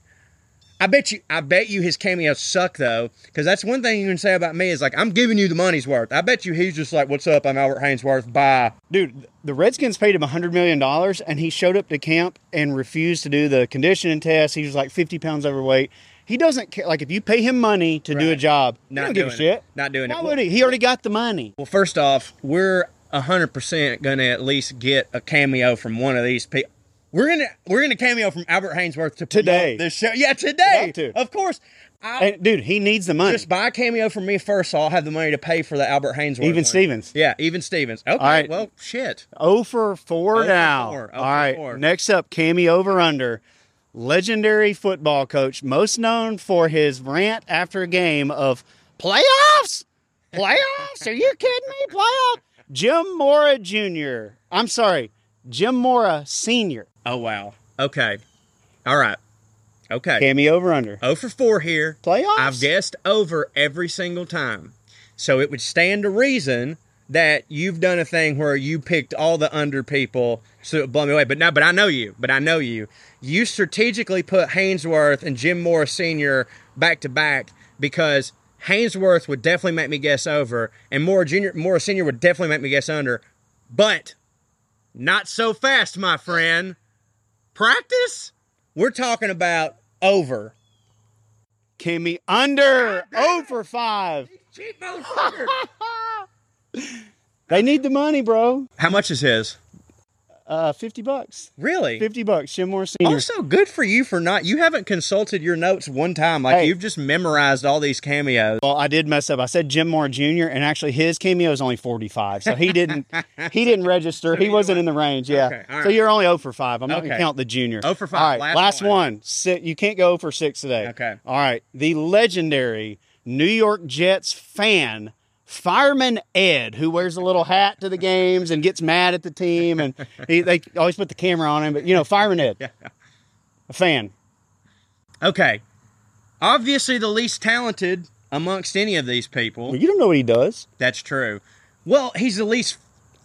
[SPEAKER 1] I bet you, I bet you, his cameos suck though, because that's one thing you can say about me is like I'm giving you the money's worth. I bet you he's just like, "What's up? I'm Albert Hainsworth. Bye."
[SPEAKER 2] Dude, the Redskins paid him $100 million and he showed up to camp and refused to do the conditioning test. He was like 50 pounds overweight. He doesn't care. Like, if you pay him money to do a
[SPEAKER 1] Right.
[SPEAKER 2] job, he
[SPEAKER 1] Not
[SPEAKER 2] don't give a
[SPEAKER 1] doing
[SPEAKER 2] shit.
[SPEAKER 1] it. Not doing
[SPEAKER 2] Why
[SPEAKER 1] it.
[SPEAKER 2] would he? He already got the money.
[SPEAKER 1] Well, first off, we're hundred percent gonna at least get a cameo from one of these people. We're gonna we're gonna cameo from Albert Hainsworth to promote
[SPEAKER 2] Today.
[SPEAKER 1] This show, yeah, today.
[SPEAKER 2] We'll have to.
[SPEAKER 1] Of course, I,
[SPEAKER 2] And, dude, he needs the money.
[SPEAKER 1] just buy a cameo from me first, so I'll have the money to pay for the Albert Hainsworth.
[SPEAKER 2] Even
[SPEAKER 1] one.
[SPEAKER 2] Stevens.
[SPEAKER 1] Yeah, even Stevens. Okay.
[SPEAKER 2] right.
[SPEAKER 1] Well, shit.
[SPEAKER 2] Oh for 4
[SPEAKER 1] for
[SPEAKER 2] now.
[SPEAKER 1] four. Oh
[SPEAKER 2] All
[SPEAKER 1] for
[SPEAKER 2] right.
[SPEAKER 1] four.
[SPEAKER 2] Next up, Cammy over under. legendary football coach, most known for his rant after a game of playoffs, playoffs. Are you kidding me? Playoff. Jim Mora Jr. I'm sorry, Jim Mora Sr.
[SPEAKER 1] Oh wow. Okay. All right. Okay.
[SPEAKER 2] Cammy over under
[SPEAKER 1] Oh for four here.
[SPEAKER 2] playoffs.
[SPEAKER 1] I've guessed over every single time. So it would stand to reason that you've done a thing where you picked all the under people so it blew me away. But no, but I know you. But I know you. You strategically put Hainsworth and Jim Morris Sr. back to back because Hainsworth would definitely make me guess over, and Moore Jr. Morris Sr. would definitely make me guess under. But not so fast, my friend. Practice? We're talking about over.
[SPEAKER 2] Cammy under over five.
[SPEAKER 1] Cheap motherfucker.
[SPEAKER 2] They need the money, bro.
[SPEAKER 1] How much is his?
[SPEAKER 2] Uh, fifty bucks.
[SPEAKER 1] Really?
[SPEAKER 2] Fifty bucks. Jim Mora Sr.
[SPEAKER 1] Also, good for you for not. You haven't consulted your notes one time. Like
[SPEAKER 2] Hey.
[SPEAKER 1] you've just memorized all these cameos.
[SPEAKER 2] Well, I did mess up. I said Jim Moore Jr. and actually his cameo is only 45, so he didn't he didn't register. He wasn't in the range. Yeah.
[SPEAKER 1] Okay, all
[SPEAKER 2] So
[SPEAKER 1] right.
[SPEAKER 2] you're only 0 for 5. I'm not
[SPEAKER 1] Okay.
[SPEAKER 2] gonna count the junior.
[SPEAKER 1] 0 for 5,
[SPEAKER 2] All right,
[SPEAKER 1] last
[SPEAKER 2] last,
[SPEAKER 1] one.
[SPEAKER 2] one. Si- you can't go 0 for six today.
[SPEAKER 1] Okay.
[SPEAKER 2] All right. The legendary New York Jets fan. Fireman Ed, who wears a little hat to the games and gets mad at the team, and he, they always put the camera on him. But you know, Fireman Ed, a fan.
[SPEAKER 1] Okay. Obviously, the least talented amongst any of these people.
[SPEAKER 2] Well, you don't know what he does.
[SPEAKER 1] That's true. Well, he's the least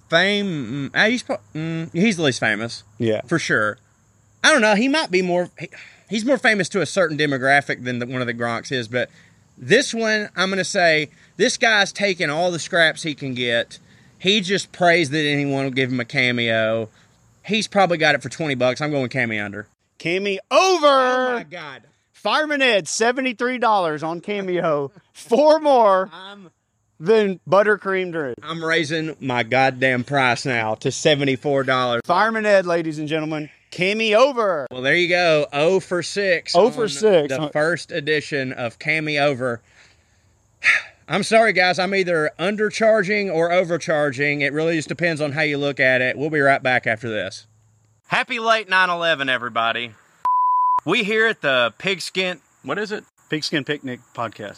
[SPEAKER 1] fame. mm, uh, He's pro- mm, he's the least famous
[SPEAKER 2] Yeah.
[SPEAKER 1] for sure. I don't know. He might be more. he- He's more famous to a certain demographic than the, one of the Gronks is, but this one, I'm going to say this guy's taking all the scraps he can get. He just prays that anyone will give him a cameo. He's probably got it for twenty bucks. I'm going cameo under.
[SPEAKER 2] Cammy over.
[SPEAKER 1] Oh my god!
[SPEAKER 2] Fireman Ed, $73 on Cameo, four more than Buttercream Drew.
[SPEAKER 1] I'm raising my goddamn price now to seventy four dollars.
[SPEAKER 2] Fireman Ed, ladies and gentlemen, Cammy over.
[SPEAKER 1] Well, there you go. O Oh for six.
[SPEAKER 2] 0 for
[SPEAKER 1] on
[SPEAKER 2] 6.
[SPEAKER 1] The first edition of Cammy Over. I'm sorry, guys. I'm either undercharging or overcharging. It really just depends on how you look at it. We'll be right back after this. Happy late 9 11, everybody. We here at the Pigskin. What is it?
[SPEAKER 2] Pigskin Picnic Podcast.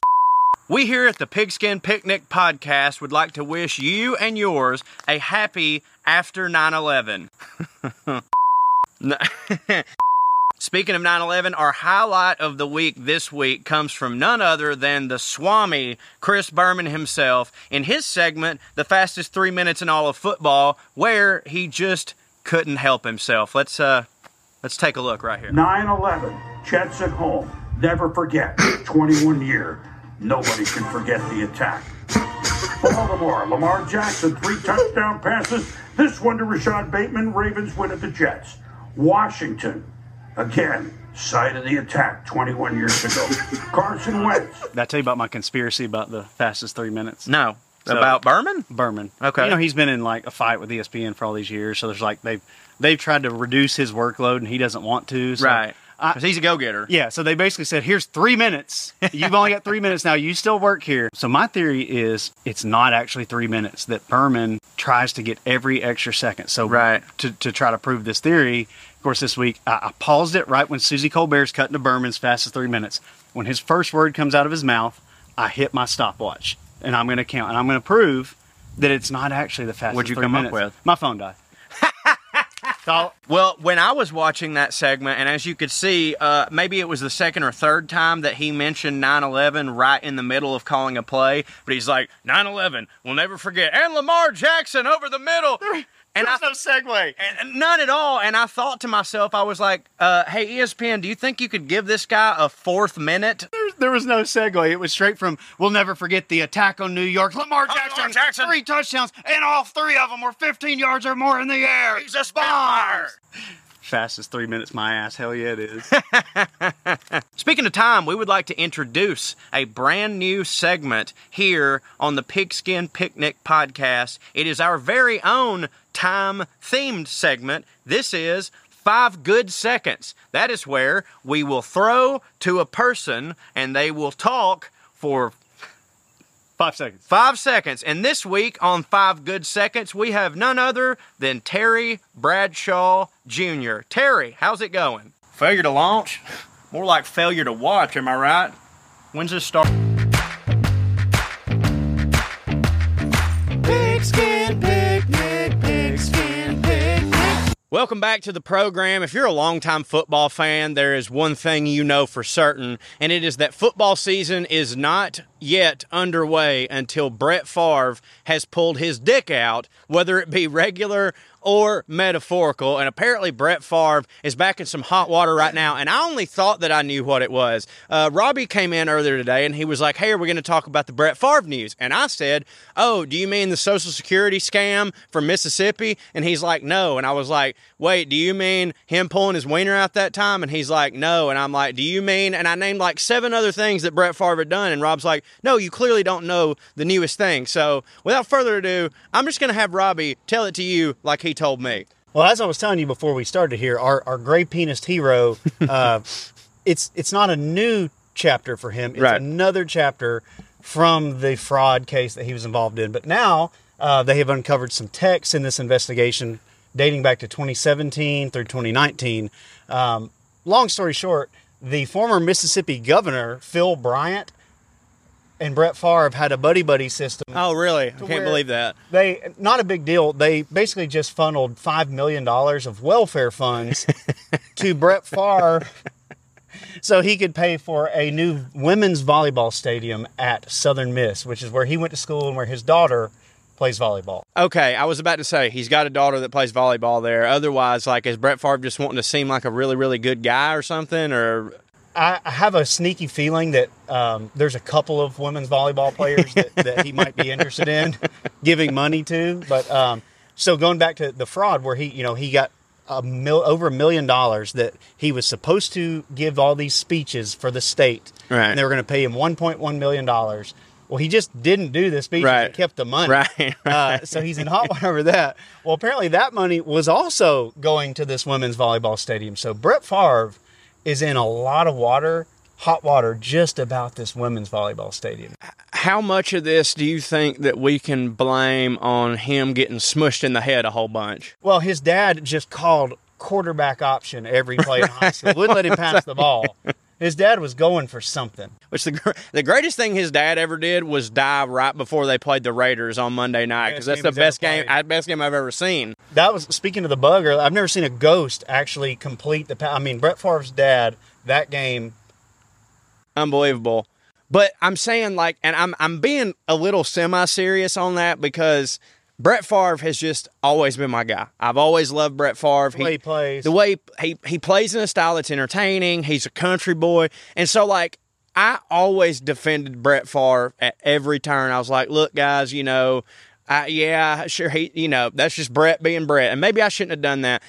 [SPEAKER 1] We here at the Pigskin Picnic Podcast would like to wish you and yours a happy after 9 11. Speaking of 9 11, our highlight of the week this week comes from none other than the Swami, Chris Berman himself, in his segment, The Fastest Three Minutes in All of Football, where he just couldn't help himself. Let's, uh, let's take a look right here.
[SPEAKER 4] 9 11, Chet's at home. Never forget. 21 year. Nobody can forget the attack. Baltimore, Lamar Jackson, three touchdown passes. This one to Rashad Bateman. Ravens win at the Jets. Washington, again, side of the attack 21 years ago. Carson Wentz,
[SPEAKER 2] Did I tell you about my conspiracy about the fastest three minutes?
[SPEAKER 1] No. About Berman?
[SPEAKER 2] Berman.
[SPEAKER 1] Okay.
[SPEAKER 2] You know, he's been in like a fight with E ESPN for all these years. So there's like, they've, they've tried to reduce his workload and he doesn't want to. So
[SPEAKER 1] Right.
[SPEAKER 2] I,
[SPEAKER 1] 'Cause he's a go getter.
[SPEAKER 2] Yeah, so they basically said, here's three minutes. You've only got three minutes now. You still work here. So my theory is it's not actually three minutes that Berman tries to get every extra second. So
[SPEAKER 1] Right.
[SPEAKER 2] to, to try to prove this theory, of course, this week I, I paused it right when Susie Colbert's cutting to Berman's fast as three minutes. When his first word comes out of his mouth, I hit my stopwatch and I'm going to count and I'm going to prove that it's not actually the fastest
[SPEAKER 1] What'd you
[SPEAKER 2] three
[SPEAKER 1] come up
[SPEAKER 2] minutes.
[SPEAKER 1] with?
[SPEAKER 2] My phone died. so
[SPEAKER 1] Well, when I was watching that segment, and as you could see, uh, maybe it was the second or third time that he mentioned 9 11 right in the middle of calling a play, but he's like, 9 11, we'll never forget. And Lamar Jackson over the middle. And I,
[SPEAKER 2] there's no segue.
[SPEAKER 1] and- and none at all. And I thought to myself, I was like, uh, hey, ESPN, do you think you could give this guy a fourth minute?
[SPEAKER 2] There was no segue. It was straight from "We'll never forget the attack on New York." Lamar Jackson,
[SPEAKER 1] Jackson.
[SPEAKER 2] three touchdowns, and all three of them were 15 yards or more in the air.
[SPEAKER 1] He's a spitfire.
[SPEAKER 2] Fastest three minutes, my ass. Hell yeah, it is.
[SPEAKER 1] Speaking of time, we would like to introduce a brand new segment here on the Pigskin Picnic podcast. It is our very own time themed segment. This is Five Good Seconds. That is where we will throw to a person and they will talk for
[SPEAKER 2] Five seconds.
[SPEAKER 1] five seconds. And this week on Five Good Seconds, we have none other than Terry Bradshaw Jr. Terry, how's it going?
[SPEAKER 5] Failure to launch? More like failure to watch, am I right? When's this start?
[SPEAKER 1] Welcome back to the program. If you're a longtime football fan, there is one thing you know for certain, and it is that football season is not yet underway until Brett Favre has pulled his dick out, whether it be regular or metaphorical. And apparently, Brett Favre is back in some hot water right now. And I only thought that I knew what it was. Uh, Robbie came in earlier today and he was like, Hey, are we going to talk about the Brett Favre news? And I said, Oh, do you mean the Social Security scam from Mississippi? And he's like, No. And I was like, Wait, do you mean him pulling his wiener out that time? And he's like, No. And I'm like, Do you mean? And I named like seven other things that Brett Favre had done. And Rob's like, No, you clearly don't know the newest thing. So without further ado, I'm just going to have Robbie tell it to you like he told me.
[SPEAKER 2] Well, as I was telling you before we started here, our, our gray penis hero, uh, it's it's not a new chapter for him. It's
[SPEAKER 1] Right.
[SPEAKER 2] another chapter from the fraud case that he was involved in. But now uh, they have uncovered some texts in this investigation dating back to 2017 through 2019. Um, long story short, the former Mississippi governor Phil Bryant and Brett Favre had a buddy buddy system
[SPEAKER 1] Oh, really? I can't
[SPEAKER 2] where-
[SPEAKER 1] believe that.
[SPEAKER 2] they not a big deal. They basically just funneled five million dollars of welfare funds to Brett Favre, so he could pay for a new women's volleyball stadium at Southern Miss, which is where he went to school and where his daughter plays volleyball.
[SPEAKER 1] Okay, I was about to say he's got a daughter that plays volleyball there. Otherwise, like, is Brett Favre just wanting to seem like a really, really good guy or something? Or
[SPEAKER 2] I, I have a sneaky feeling that um, there's a couple of women's volleyball players that, that he might be interested in giving money to. But um, so going back to the fraud, where he, you know, he got a mil- over a million dollars that he was supposed to give all these speeches for the state,
[SPEAKER 1] Right.
[SPEAKER 2] And they were going to pay him 1.1 million dollars. Well, he just didn't do the speeches;
[SPEAKER 1] Right.
[SPEAKER 2] He kept the money,
[SPEAKER 1] Right,
[SPEAKER 2] Uh, so he's in hot water over that. Well, apparently that money was also going to this women's volleyball stadium. So Brett Favre is in a lot of water, hot water, just about this women's volleyball stadium.
[SPEAKER 1] how much of this do you think that we can blame on him getting smushed in the head a whole bunch?
[SPEAKER 2] Well, his dad just called quarterback option every play in high school. Wouldn't let him pass the ball. His dad was going for something.
[SPEAKER 1] Which the gr- the greatest thing his dad ever did was die right before they played the Raiders on Monday night because that's
[SPEAKER 2] Best
[SPEAKER 1] the best
[SPEAKER 2] game he's ever
[SPEAKER 1] game
[SPEAKER 2] played.
[SPEAKER 1] uh, best game I've ever seen.
[SPEAKER 2] That was speaking to the bug earlier. I've never seen a ghost actually complete the. Pa- I mean, Brett Favre's dad that game.
[SPEAKER 1] unbelievable. But I'm saying like, and I'm I'm being a little semi serious on that because Brett Favre has just always been my guy. I've always loved Brett Favre.
[SPEAKER 2] The way he plays.
[SPEAKER 1] the way he he plays in a style that's entertaining. He's a country boy, and so like. I always defended Brett Favre at every turn. I was like, "Look, guys, you know, I, yeah, sure, he, you know, that's just Brett being Brett, and maybe I shouldn't have done that."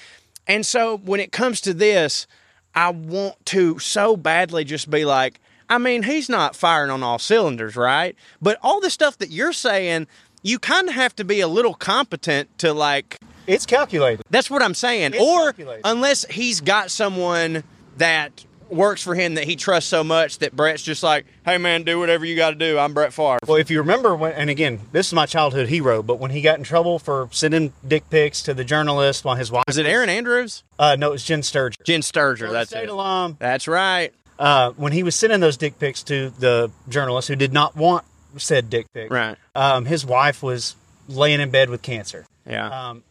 [SPEAKER 1] And so when it comes to this, I want to so badly just be like, I mean, he's not firing on all cylinders, right? But all the stuff that you're saying, you kind of have to be a little competent to like.
[SPEAKER 2] It's calculated.
[SPEAKER 1] That's what I'm saying.
[SPEAKER 2] It's
[SPEAKER 1] or
[SPEAKER 2] calculated.
[SPEAKER 1] unless he's got someone that works for him that he trusts so much that Brett's just like, hey man, do whatever you got to do. I'm Brett Favre.
[SPEAKER 2] Well, if you remember when, and again, this is my childhood hero, but when he got in trouble for sending dick pics to the journalist while his wife
[SPEAKER 1] Is it Aaron Andrews?
[SPEAKER 2] Uh, no, it's Jen Sturger.
[SPEAKER 1] Jen Sturger. That's
[SPEAKER 2] State
[SPEAKER 1] it.
[SPEAKER 2] alum.
[SPEAKER 1] That's right.
[SPEAKER 2] Uh, when he was sending those dick pics to the journalist who did not want said dick pic,
[SPEAKER 1] Right.
[SPEAKER 2] um, his wife was laying in bed with cancer.
[SPEAKER 1] Yeah.
[SPEAKER 2] Um,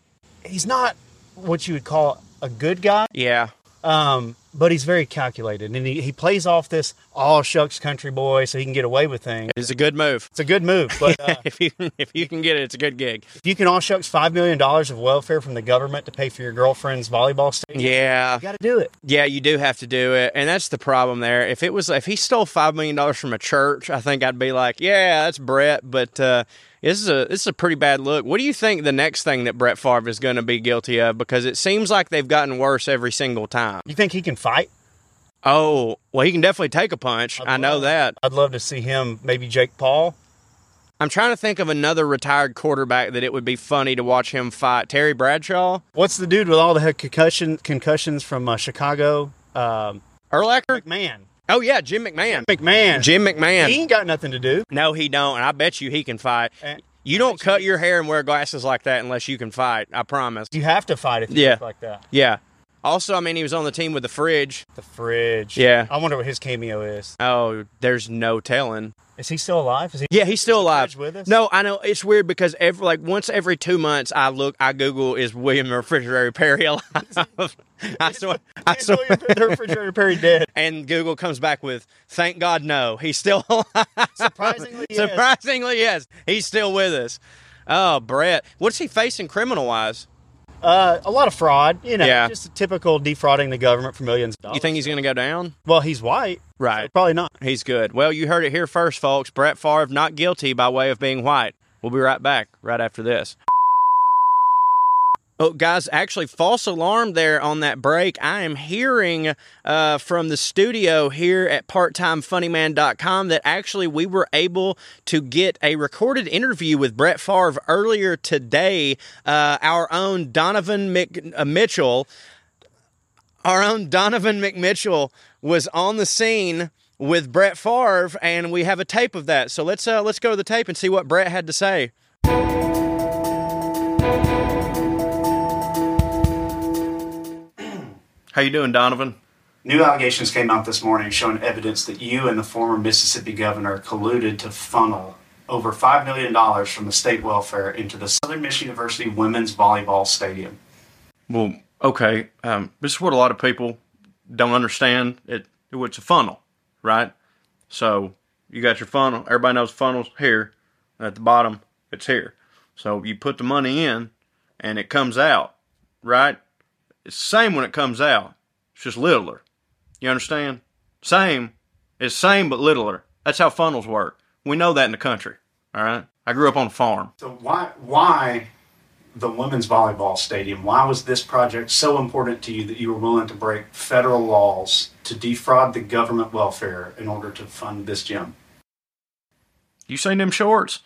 [SPEAKER 2] he's not what you would call a good guy,
[SPEAKER 1] yeah.
[SPEAKER 2] um, but he's very calculated, and he, he plays off this all shucks country boy, so he can get away with things.
[SPEAKER 1] It's a good move.
[SPEAKER 2] It's a good move, but uh,
[SPEAKER 1] if you if you can get it, it's a good gig.
[SPEAKER 2] if you can all shucks five million dollars of welfare from the government to pay for your girlfriend's volleyball stadium,
[SPEAKER 1] Yeah,
[SPEAKER 2] you got to do it.
[SPEAKER 1] yeah, you do have to do it, and that's the problem there. If it was, if he stole five million dollars from a church, I think I'd be like, yeah, that's Brett. But uh, this is a this is a pretty bad look. What do you think the next thing that Brett Favre is going to be guilty of? Because it seems like they've gotten worse every single time.
[SPEAKER 2] You think he can fight?
[SPEAKER 1] Oh, well, he can definitely take a punch. I know
[SPEAKER 2] love-
[SPEAKER 1] that.
[SPEAKER 2] I'd love to see him, maybe Jake Paul.
[SPEAKER 1] I'm trying to think of another retired quarterback that it would be funny to watch him fight. Terry Bradshaw,
[SPEAKER 2] What's the dude with all the heck concussion concussions from uh, Chicago? Um,
[SPEAKER 1] Erlacher.
[SPEAKER 2] McMahon.
[SPEAKER 1] Oh yeah, Jim McMahon.
[SPEAKER 2] McMahon.
[SPEAKER 1] Jim McMahon.
[SPEAKER 2] He ain't got nothing to do.
[SPEAKER 1] No, he don't, and I bet you he can fight.
[SPEAKER 2] And-
[SPEAKER 1] You don't cut your hair and wear glasses like that unless you can fight. I promise.
[SPEAKER 2] You have to fight if you
[SPEAKER 1] Yeah.
[SPEAKER 2] look like that.
[SPEAKER 1] Yeah. Also, I mean, he was on the team with the fridge.
[SPEAKER 2] The fridge.
[SPEAKER 1] Yeah.
[SPEAKER 2] I wonder what his cameo is.
[SPEAKER 1] Oh, there's no telling.
[SPEAKER 2] Is he still alive? Is he?
[SPEAKER 1] Yeah, he's still alive.
[SPEAKER 2] Fridge with us?
[SPEAKER 1] No, I know it's weird because every like once every two months, I look, I Google is William the Refrigerator Perry alive? I swear, I
[SPEAKER 2] Is
[SPEAKER 1] swear.
[SPEAKER 2] William the refrigerator Perry dead.
[SPEAKER 1] And Google comes back with, "Thank God, no, he's still alive."
[SPEAKER 2] Surprisingly, yes.
[SPEAKER 1] Surprisingly, yes, he's still with us. Oh, Brett, what's he facing criminal wise?
[SPEAKER 2] Uh, a lot of fraud. You know,
[SPEAKER 1] Yeah.
[SPEAKER 2] just a typical defrauding the government for millions of dollars.
[SPEAKER 1] You think he's going to go down?
[SPEAKER 2] Well, he's white.
[SPEAKER 1] Right.
[SPEAKER 2] Probably not.
[SPEAKER 1] He's good. Well, you heard it here first, folks. Brett Favre not guilty by way of being white. We'll be right back right after this. Oh, guys, actually, false alarm there on that break. I am hearing uh, from the studio here at parttimefunnyman.com that actually we were able to get a recorded interview with Brett Favre earlier today. Uh, our own Donovan Mc- uh, Mitchell our own Donovan McMitchell was on the scene with Brett Favre, and we have a tape of that. So let's uh, let's go to the tape and see what Brett had to say.
[SPEAKER 5] How you doing, Donovan?
[SPEAKER 2] New allegations came out this morning showing evidence that you and the former Mississippi governor colluded to funnel over $5 million from the state welfare into the Southern Michigan University Women's Volleyball Stadium.
[SPEAKER 5] Well, okay. Um, this is what a lot of people don't understand. It it's a funnel, right? So you got your funnel. Everybody knows funnels here. At the bottom, it's here. So you put the money in, and it comes out, right? It's the same when it comes out. It's just littler. You understand? Same. It's same but littler. That's how funnels work. We know that in the country. All right. I grew up on a farm.
[SPEAKER 2] So, why, why the Women's Volleyball Stadium? Why was this project so important to you that you were willing to break federal laws to defraud the government welfare in order to fund this gym?
[SPEAKER 5] You seen them shorts?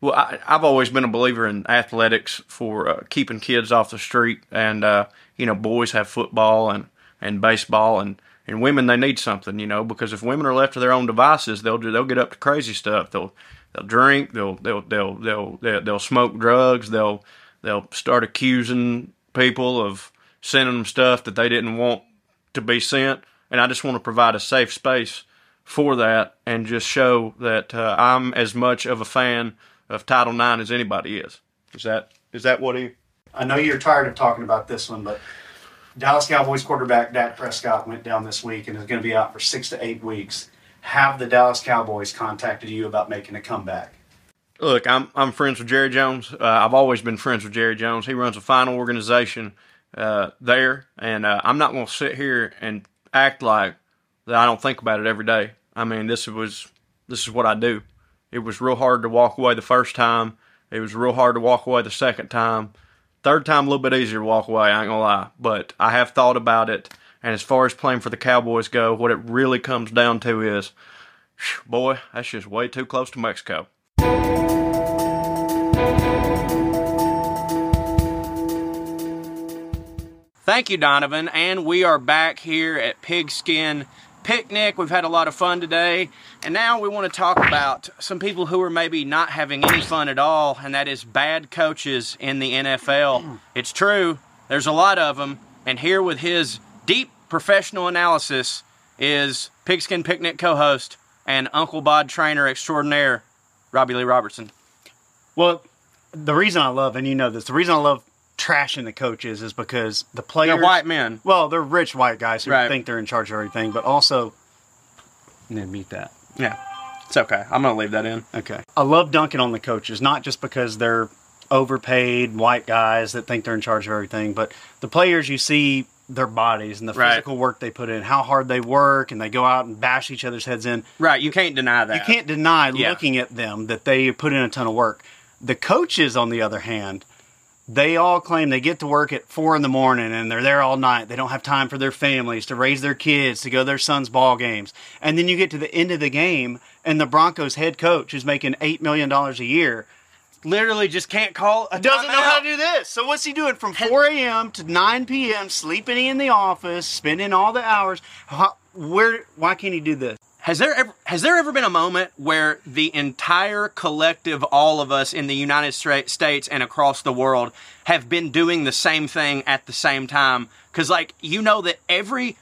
[SPEAKER 5] Well, I, I've always been a believer in athletics for uh, keeping kids off the street, and uh, you know, boys have football and and baseball, and and women they need something, you know, because if women are left to their own devices, they'll do- they'll get up to crazy stuff. They'll they'll drink, they'll they'll they'll they'll they'll, they'll smoke drugs, they'll they'll start accusing people of sending them stuff that they didn't want to be sent, and I just want to provide a safe space for that and just show that uh, I'm as much of a fan of Title IX as anybody is. Is that is that what he?
[SPEAKER 2] I know you're tired of talking about this one, but Dallas Cowboys quarterback Dak Prescott went down this week and is going to be out for six to eight weeks. Have the Dallas Cowboys contacted you about making a comeback?
[SPEAKER 5] Look, I'm I'm friends with Jerry Jones. Uh, I've always been friends with Jerry Jones. He runs a fine organization uh, there, and uh, I'm not going to sit here and act like that I don't think about it every day. I mean, this was this is what I do. It was real hard to walk away the first time. It was real hard to walk away the second time. Third time, a little bit easier to walk away. I ain't gonna lie, but I have thought about it. And as far as playing for the Cowboys go, what it really comes down to is, boy, that's just way too close to Mexico.
[SPEAKER 1] Thank you, Donovan. And we are back here at Pigskin Picnic. We've had a lot of fun today. And now we want to talk about some people who are maybe not having any fun at all, and that is bad coaches in the NFL. It's true, there's a lot of them. And here with his deep professional analysis is Pigskin Picnic co host and Uncle Bod trainer extraordinaire, Robbie Lee Robertson.
[SPEAKER 2] Well, the reason I love, and you know this, the reason I love trashing the coaches is because the players.
[SPEAKER 1] They're white men.
[SPEAKER 2] Well, they're rich white guys who
[SPEAKER 1] Right.
[SPEAKER 2] think they're in charge of everything, but also. And then meet that.
[SPEAKER 1] Yeah, it's okay. I'm going to leave that in.
[SPEAKER 2] Okay. I love dunking on the coaches, not just because they're overpaid white guys that think they're in charge of everything, but the players you see their bodies and the
[SPEAKER 1] Right.
[SPEAKER 2] physical work they put in, how hard they work, and they go out and bash each other's heads in.
[SPEAKER 1] Right, you can't deny that.
[SPEAKER 2] You can't deny
[SPEAKER 1] Yeah.
[SPEAKER 2] looking at them that they put in a ton of work. The coaches, on the other hand, they all claim they get to work at four in the morning and they're there all night. They don't have time for their families to raise their kids to go to their son's ball games. And then you get to the end of the game, and the Broncos head coach, who's making eight million dollars a year,
[SPEAKER 1] literally just can't call. A
[SPEAKER 2] doesn't know how
[SPEAKER 1] timeout.
[SPEAKER 2] to do this. So what's he doing from 4 a.m. to 9 p.m. sleeping in the office, spending all the hours? How, where? Why can't he do this?
[SPEAKER 1] Has there ever has there ever been a moment where the entire collective, all of us in the United Stra- States and across the world, have been doing the same thing at the same time? Because like you know that every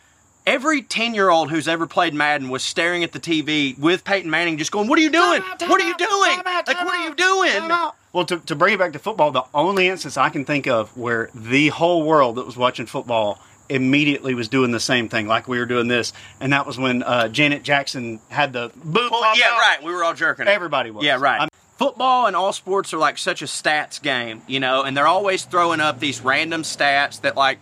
[SPEAKER 1] every ten year old who's ever played Madden was staring at the TV with Peyton Manning, just going, "What are you doing? what are you doing? like what are you doing?"
[SPEAKER 2] Well, to, to bring it back to football, the only instance I can think of where the whole world that was watching football immediately was doing the same thing, like we were doing this, and that was when uh, Janet Jackson had the boot.
[SPEAKER 1] Well,
[SPEAKER 2] pop
[SPEAKER 1] yeah,
[SPEAKER 2] out.
[SPEAKER 1] right. We were all jerking. it.
[SPEAKER 2] Everybody was.
[SPEAKER 1] Yeah, right.
[SPEAKER 2] I'm-
[SPEAKER 1] Football and all sports are like such a stats game, you know, and they're always throwing up these random stats that like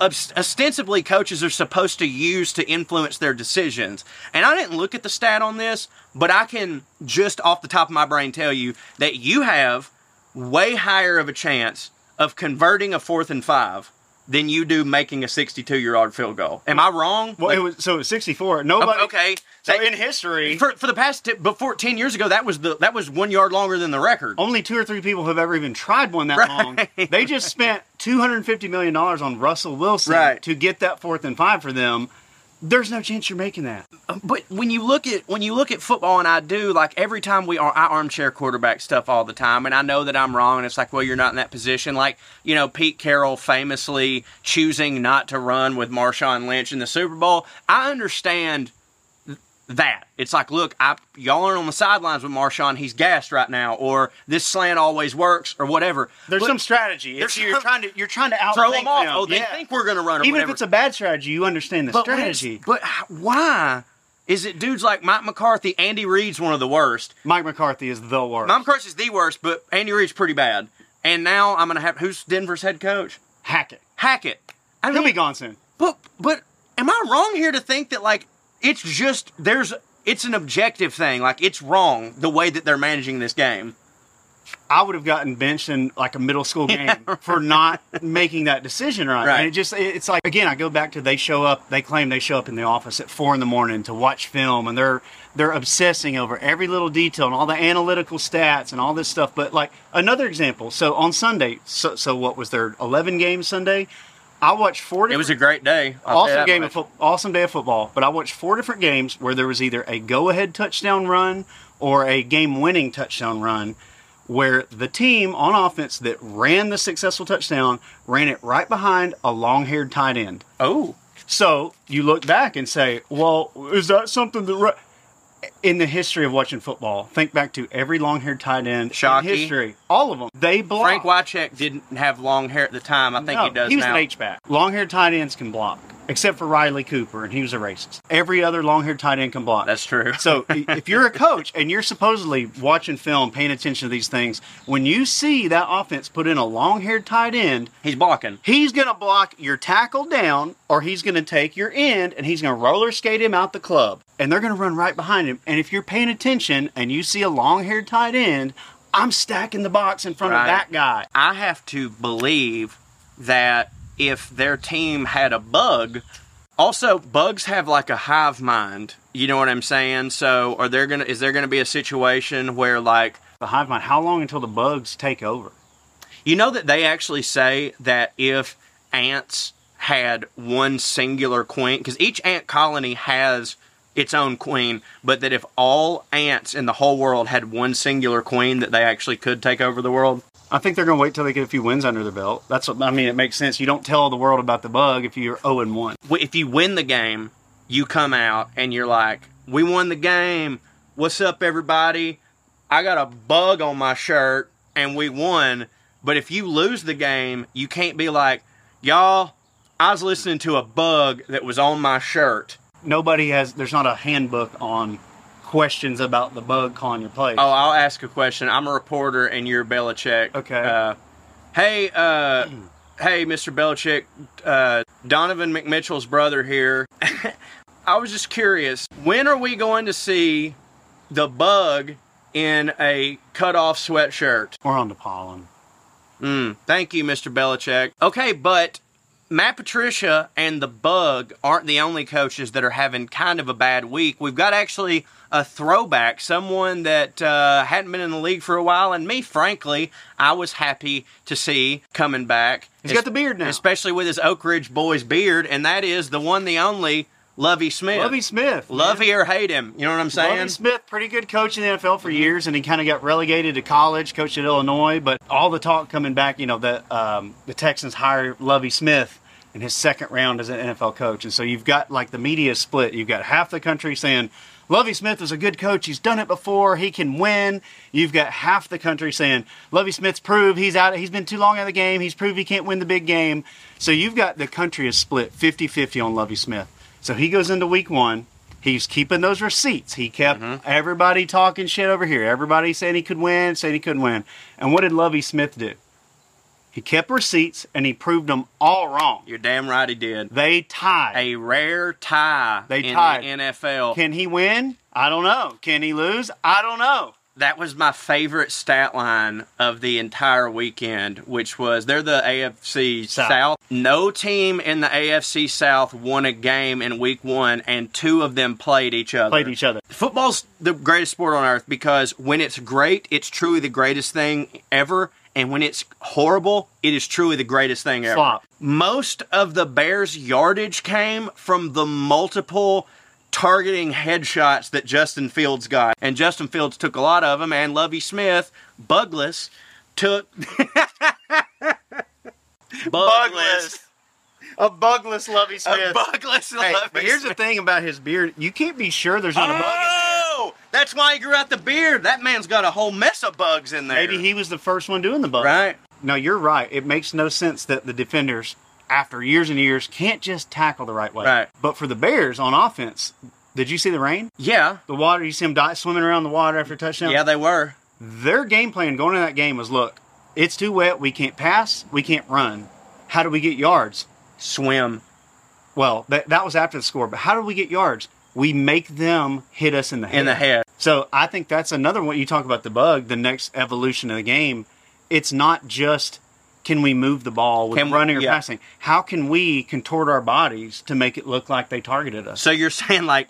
[SPEAKER 1] obs- ostensibly coaches are supposed to use to influence their decisions. And I didn't look at the stat on this, but I can just off the top of my brain tell you that you have way higher of a chance of converting a fourth and five than you do making a 62 yard field goal. Am I wrong?
[SPEAKER 2] Well,
[SPEAKER 1] Like-
[SPEAKER 2] it was so it was 64. Nobody.
[SPEAKER 1] okay.
[SPEAKER 2] So
[SPEAKER 1] That-
[SPEAKER 2] in history,
[SPEAKER 1] for, for the past t- before 10 years ago that was the that was one yard longer than the record
[SPEAKER 2] only two or three people have ever even tried one that
[SPEAKER 1] Right.
[SPEAKER 2] long. They just spent 250 million dollars on Russell Wilson
[SPEAKER 1] Right.
[SPEAKER 2] to get that fourth and five for them. There's no chance you're making that.
[SPEAKER 1] but when you look at when you look at football and i do like every time we are i armchair quarterback stuff all the time and i know that i'm wrong and it's like well you're not in that position like you know pete carroll famously choosing not to run with marshawn lynch in the super bowl i understand that. It's like, look, I y'all aren't on the sidelines with Marshawn. He's gassed right now, or this slant always works, or whatever.
[SPEAKER 2] There's
[SPEAKER 1] But
[SPEAKER 2] some strategy. It's,
[SPEAKER 1] there's
[SPEAKER 2] you're
[SPEAKER 1] some-
[SPEAKER 2] trying to you're trying to outthink
[SPEAKER 1] throw them off.
[SPEAKER 2] them.
[SPEAKER 1] Oh, they
[SPEAKER 2] Yeah.
[SPEAKER 1] think we're going to run. Or
[SPEAKER 2] even
[SPEAKER 1] whatever.
[SPEAKER 2] if it's a bad strategy, you understand the
[SPEAKER 1] when it's-
[SPEAKER 2] strategy.
[SPEAKER 1] But h- why is it dudes like Mike McCarthy, Andy Reid's one of the worst.
[SPEAKER 2] Mike McCarthy is the worst.
[SPEAKER 1] Mike McCarthy's the worst, but Andy Reid's pretty bad. And now I'm gonna have who's Denver's head coach?
[SPEAKER 2] Hack it.
[SPEAKER 1] Hackett. I
[SPEAKER 2] He'll
[SPEAKER 1] mean,
[SPEAKER 2] be gone soon.
[SPEAKER 1] but but am I wrong here to think that like it's just there's it's an objective thing. Like it's wrong the way that they're managing this game.
[SPEAKER 2] I would have gotten benched in like a middle school game for not making that decision right.
[SPEAKER 1] Right.
[SPEAKER 2] And it just it- it's like again, I go back to they show up. They claim they show up in the office at four in the morning to watch film, and they're they're obsessing over every little detail and all the analytical stats and all this stuff. But like another example, so on Sunday, so, so what was their eleven game Sunday? I watched four.
[SPEAKER 1] It
[SPEAKER 2] different-
[SPEAKER 1] was a great day. I'll tell you
[SPEAKER 2] awesome
[SPEAKER 1] that
[SPEAKER 2] game
[SPEAKER 1] much.
[SPEAKER 2] of fo- awesome day of football. But I watched four different games where there was either a go ahead touchdown run or a game winning touchdown run, where the team on offense that ran the successful touchdown ran it right behind a long haired tight end.
[SPEAKER 1] Oh,
[SPEAKER 2] So you look back and say, well, is that something that? Ra-? In the history of watching football, think back to every long haired tight end
[SPEAKER 1] Shockey.
[SPEAKER 2] in history. All of them. They block.
[SPEAKER 1] Frank Wycheck didn't have long hair at the time. I think
[SPEAKER 2] No,
[SPEAKER 1] he does
[SPEAKER 2] was
[SPEAKER 1] now.
[SPEAKER 2] an H-back. Long-haired tight ends can block, except for Riley Cooper, and he was a racist. Every other long-haired tight end can block.
[SPEAKER 1] That's true.
[SPEAKER 2] So i- if you're a coach and you're supposedly watching film, paying attention to these things, when you see that offense put in a long-haired tight end,
[SPEAKER 1] He's blocking.
[SPEAKER 2] he's going to block your tackle down or he's going to take your end and he's going to roller skate him out the club. And they're going to run right behind him. And if you're paying attention and you see a long-haired tight end, I'm stacking the box in front
[SPEAKER 1] Right.
[SPEAKER 2] of that guy.
[SPEAKER 1] I have to believe that if their team had a bug, also bugs have like a hive mind. You know what I'm saying? So, are there gonna is there gonna be a situation where like
[SPEAKER 2] The hive mind. How long until the bugs take over?
[SPEAKER 1] you know that they actually say that if ants had one singular queen, because each ant colony has its own queen, but that if all ants in the whole world had one singular queen, that they actually could take over the world.
[SPEAKER 2] I think they're going to wait till they get a few wins under their belt. That's what I mean. It makes sense. You don't tell the world about the bug if you're zero and one.
[SPEAKER 1] w- if you win the game, you come out and you're like, "We won the game. What's up, everybody? I got a bug on my shirt and we won." But if you lose the game, you can't be like, "Y'all, I was listening to a bug that was on my shirt."
[SPEAKER 2] Nobody has. There's not a handbook on questions about the bug calling your play.
[SPEAKER 1] Oh, I'll ask a question. I'm a reporter, and you're Belichick.
[SPEAKER 2] Okay.
[SPEAKER 1] Uh, hey, uh, hey, Mr. Belichick, uh, Donovan McMitchell's brother here. I was just curious. When are we going to see the bug in a cut-off sweatshirt?
[SPEAKER 2] We're on to pollen.
[SPEAKER 1] Mm, thank you, Mr. Belichick. Okay, but Matt Patricia and the Bug aren't the only coaches that are having kind of a bad week. We've got actually a throwback, someone that uh, hadn't been in the league for a while, and me, frankly, I was happy to see coming back.
[SPEAKER 2] He's got the beard now.
[SPEAKER 1] Especially with his Oak Ridge Boys beard, and that is the one, the only Lovey Smith.
[SPEAKER 2] Lovey Smith.
[SPEAKER 1] Love
[SPEAKER 2] man.
[SPEAKER 1] he or hate him. You know what I'm saying?
[SPEAKER 2] Lovey Smith, pretty good coach in the NFL for years, and he kind of got relegated to college, coached at Illinois. But all the talk coming back, you know, that um, the Texans hire Lovey Smith in his second round as an NFL coach. And so you've got like the media split. You've got half the country saying Lovey Smith is a good coach. He's done it before. He can win. You've got half the country saying Lovey Smith's proved he's out. He's been too long out of the game. He's proved he can't win the big game. So you've got the country is split 50-50 on Lovey Smith. So he goes into week one. He's keeping those receipts. He kept
[SPEAKER 1] Mm-hmm.
[SPEAKER 2] everybody talking shit over here. Everybody saying he could win, saying he couldn't win. And what did Lovey Smith do? He kept receipts and he proved them all wrong.
[SPEAKER 1] You're damn right he did.
[SPEAKER 2] They tied.
[SPEAKER 1] A rare tie
[SPEAKER 2] They
[SPEAKER 1] in
[SPEAKER 2] tied.
[SPEAKER 1] the NFL.
[SPEAKER 2] Can he win? I don't know. Can he lose? I don't know.
[SPEAKER 1] that was my favorite stat line of the entire weekend, which was they're the AFC
[SPEAKER 2] South.
[SPEAKER 1] South. No team in the AFC South won a game in week one, and two of them played each other.
[SPEAKER 2] Played each other.
[SPEAKER 1] Football's the greatest sport on earth because when it's great, it's truly the greatest thing ever. And when it's horrible, it is truly the greatest thing ever.
[SPEAKER 2] Flop.
[SPEAKER 1] Most of the Bears' yardage came from the multiple targeting headshots that Justin Fields got. And Justin Fields took a lot of them, and Lovey Smith, Bugless, took. Bugless.
[SPEAKER 2] A bugless Lovey
[SPEAKER 1] A
[SPEAKER 2] Smith.
[SPEAKER 1] Bugless
[SPEAKER 2] Hey,
[SPEAKER 1] Lovey
[SPEAKER 2] but here's the
[SPEAKER 1] Smith.
[SPEAKER 2] thing about his beard. You can't be sure there's not a bug.
[SPEAKER 1] Oh, that's why he grew out the beard. That man's got a whole mess of bugs in there.
[SPEAKER 2] Maybe he was the first one doing the bug.
[SPEAKER 1] right.
[SPEAKER 2] No, you're right. It makes no sense that the defenders, after years and years, can't just tackle the right way.
[SPEAKER 1] Right.
[SPEAKER 2] But for the Bears on offense, did you see the rain?
[SPEAKER 1] Yeah,
[SPEAKER 2] The water, you see them die, swimming around in the water after touchdown?
[SPEAKER 1] yeah, they were.
[SPEAKER 2] their game plan going into that game was look, it's too wet, we can't pass, we can't run. How do we get yards?
[SPEAKER 1] Swim.
[SPEAKER 2] Well, that, that was after the score, but how do we get yards? We make them hit us in the head.
[SPEAKER 1] In the head.
[SPEAKER 2] So I think that's another one. You talk about the bug, the next evolution of the game. It's not just can we move the ball with
[SPEAKER 1] Can we-
[SPEAKER 2] running or
[SPEAKER 1] yeah.
[SPEAKER 2] passing. How can we contort our bodies to make it look like they targeted us?
[SPEAKER 1] So you're saying like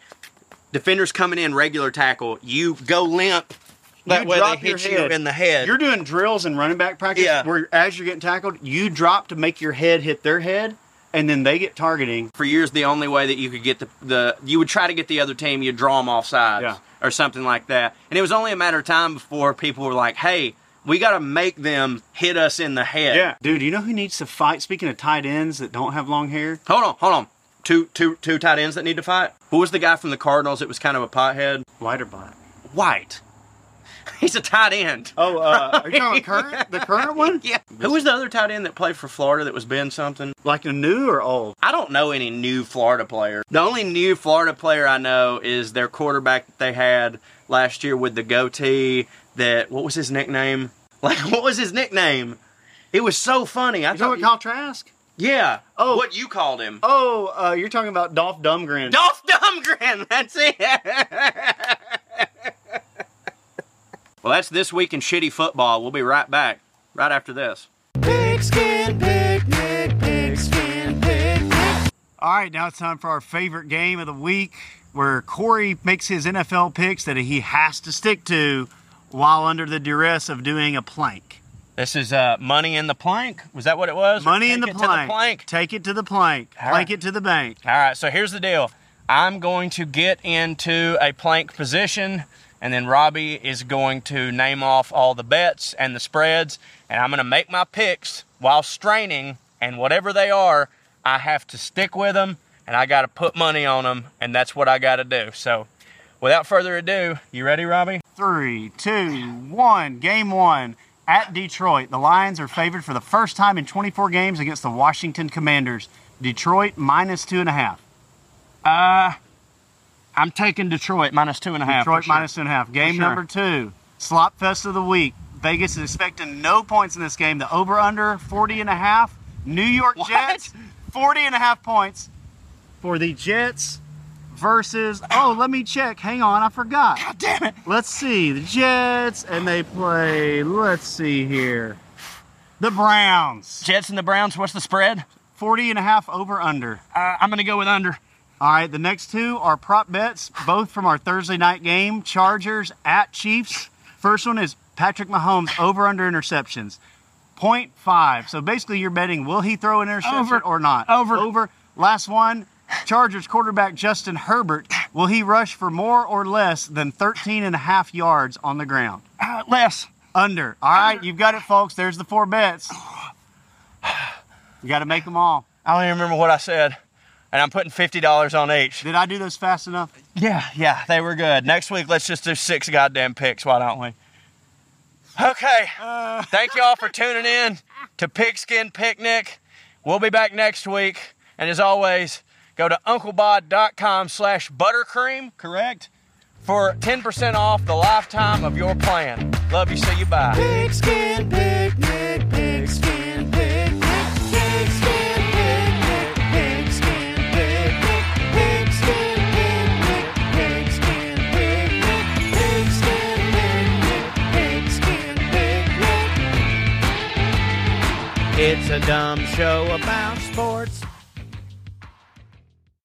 [SPEAKER 1] defenders coming in regular tackle, you go limp. That
[SPEAKER 2] You
[SPEAKER 1] way
[SPEAKER 2] drop
[SPEAKER 1] they
[SPEAKER 2] your
[SPEAKER 1] hit
[SPEAKER 2] head.
[SPEAKER 1] you in the head.
[SPEAKER 2] You're doing drills and running back practice
[SPEAKER 1] Yeah.
[SPEAKER 2] where as you're getting tackled, you drop to make your head hit their head, and then they get targeting.
[SPEAKER 1] For years, the only way that you could get the, the you would try to get the other team, you'd draw them off sides
[SPEAKER 2] Yeah.
[SPEAKER 1] or something like that. And it was only a matter of time before people were like, "Hey, we got to make them hit us in the head."
[SPEAKER 2] Dude, you know who needs to fight? Speaking of tight ends that don't have long hair,
[SPEAKER 1] Hold on, hold on. Two two two tight ends that need to fight. Who was the guy from the Cardinals that was kind of a pothead?
[SPEAKER 2] lighter black.
[SPEAKER 1] White. He's a tight end.
[SPEAKER 2] Oh, uh, are you talking about current? The current one?
[SPEAKER 1] Yeah. Who was the other tight end that played for Florida that was Ben something?
[SPEAKER 2] Like a new or old?
[SPEAKER 1] I don't know any new Florida player. The only new Florida player I know is their quarterback that they had last year with the goatee. That what was his nickname? Like what was his nickname? It was so funny. I
[SPEAKER 2] You talking
[SPEAKER 1] thought,
[SPEAKER 2] about Kyle Trask?
[SPEAKER 1] yeah.
[SPEAKER 2] Oh.
[SPEAKER 1] what you called him?
[SPEAKER 2] Oh, uh, you're talking about Dolph Dumgrin.
[SPEAKER 1] Dolph Dumgren. That's it. well, that's this week in shitty football. We'll be right back right after this.
[SPEAKER 2] All right, now it's time for our favorite game of the week where Corey makes his NFL picks that he has to stick to while under the duress of doing a plank.
[SPEAKER 1] This is uh, money in the plank. Was that what it was?
[SPEAKER 2] Money in the
[SPEAKER 1] Take it to
[SPEAKER 2] plank. Take it to the plank.
[SPEAKER 1] All
[SPEAKER 2] Plank
[SPEAKER 1] right.
[SPEAKER 2] it to the bank.
[SPEAKER 1] All right. So here's the deal. I'm going to get into a plank position, and then Robbie is going to name off all the bets and the spreads, and I'm going to make my picks while straining, and whatever they are, I have to stick with them, and I got to put money on them, and that's what I got to do. So, without further ado, you ready, Robbie?
[SPEAKER 2] Three, two, one. Game one at Detroit. The Lions are favored for the first time in 24 games against the Washington Commanders. Detroit minus two and a half.
[SPEAKER 1] I'm taking Detroit minus two and a half.
[SPEAKER 2] Detroit minus two and a half. Game
[SPEAKER 1] sure.
[SPEAKER 2] number two, slop fest of the week. Vegas is expecting no points in this game. The over under 40 and a half. New York
[SPEAKER 1] What?
[SPEAKER 2] Jets 40 and a half points for the Jets versus Oh, let me check. Hang on, I forgot. God damn it. Let's see. The Jets and they play let's see here. The Browns.
[SPEAKER 1] Jets and the Browns. What's the spread?
[SPEAKER 2] 40 and a half over under.
[SPEAKER 1] Uh, I'm going to go with under.
[SPEAKER 2] All right, the next two are prop bets, both from our Thursday night game Chargers at Chiefs. First one is Patrick Mahomes over under interceptions. 0.5. So basically, you're betting will he throw an interception or not?
[SPEAKER 1] Over.
[SPEAKER 2] Over. Last one Chargers quarterback Justin Herbert. Will he rush for more or less than 13 and a half yards on the ground?
[SPEAKER 1] Uh, less.
[SPEAKER 2] Under. All right, you've got it, folks. There's the four bets. You got to make them all.
[SPEAKER 1] I don't even remember what I said. And I'm putting fifty dollars on each.
[SPEAKER 2] Did I do those fast enough?
[SPEAKER 1] Yeah, yeah, they were good. Next week, let's just do six goddamn picks. Why don't we? Okay. Thank y'all for tuning in to Pigskin Picnic. We'll be back next week. And as always, go to unclebod.com slash buttercream, correct? For 10% off the lifetime of your plan. Love you. See you. Bye.
[SPEAKER 3] Pigskin picnic, pigskin picnic, pigskin picnic, pigskin picnic, pigskin picnic, pigskin picnic, pigskin picnic, pigskin picnic.
[SPEAKER 1] It's a dumb show about sports.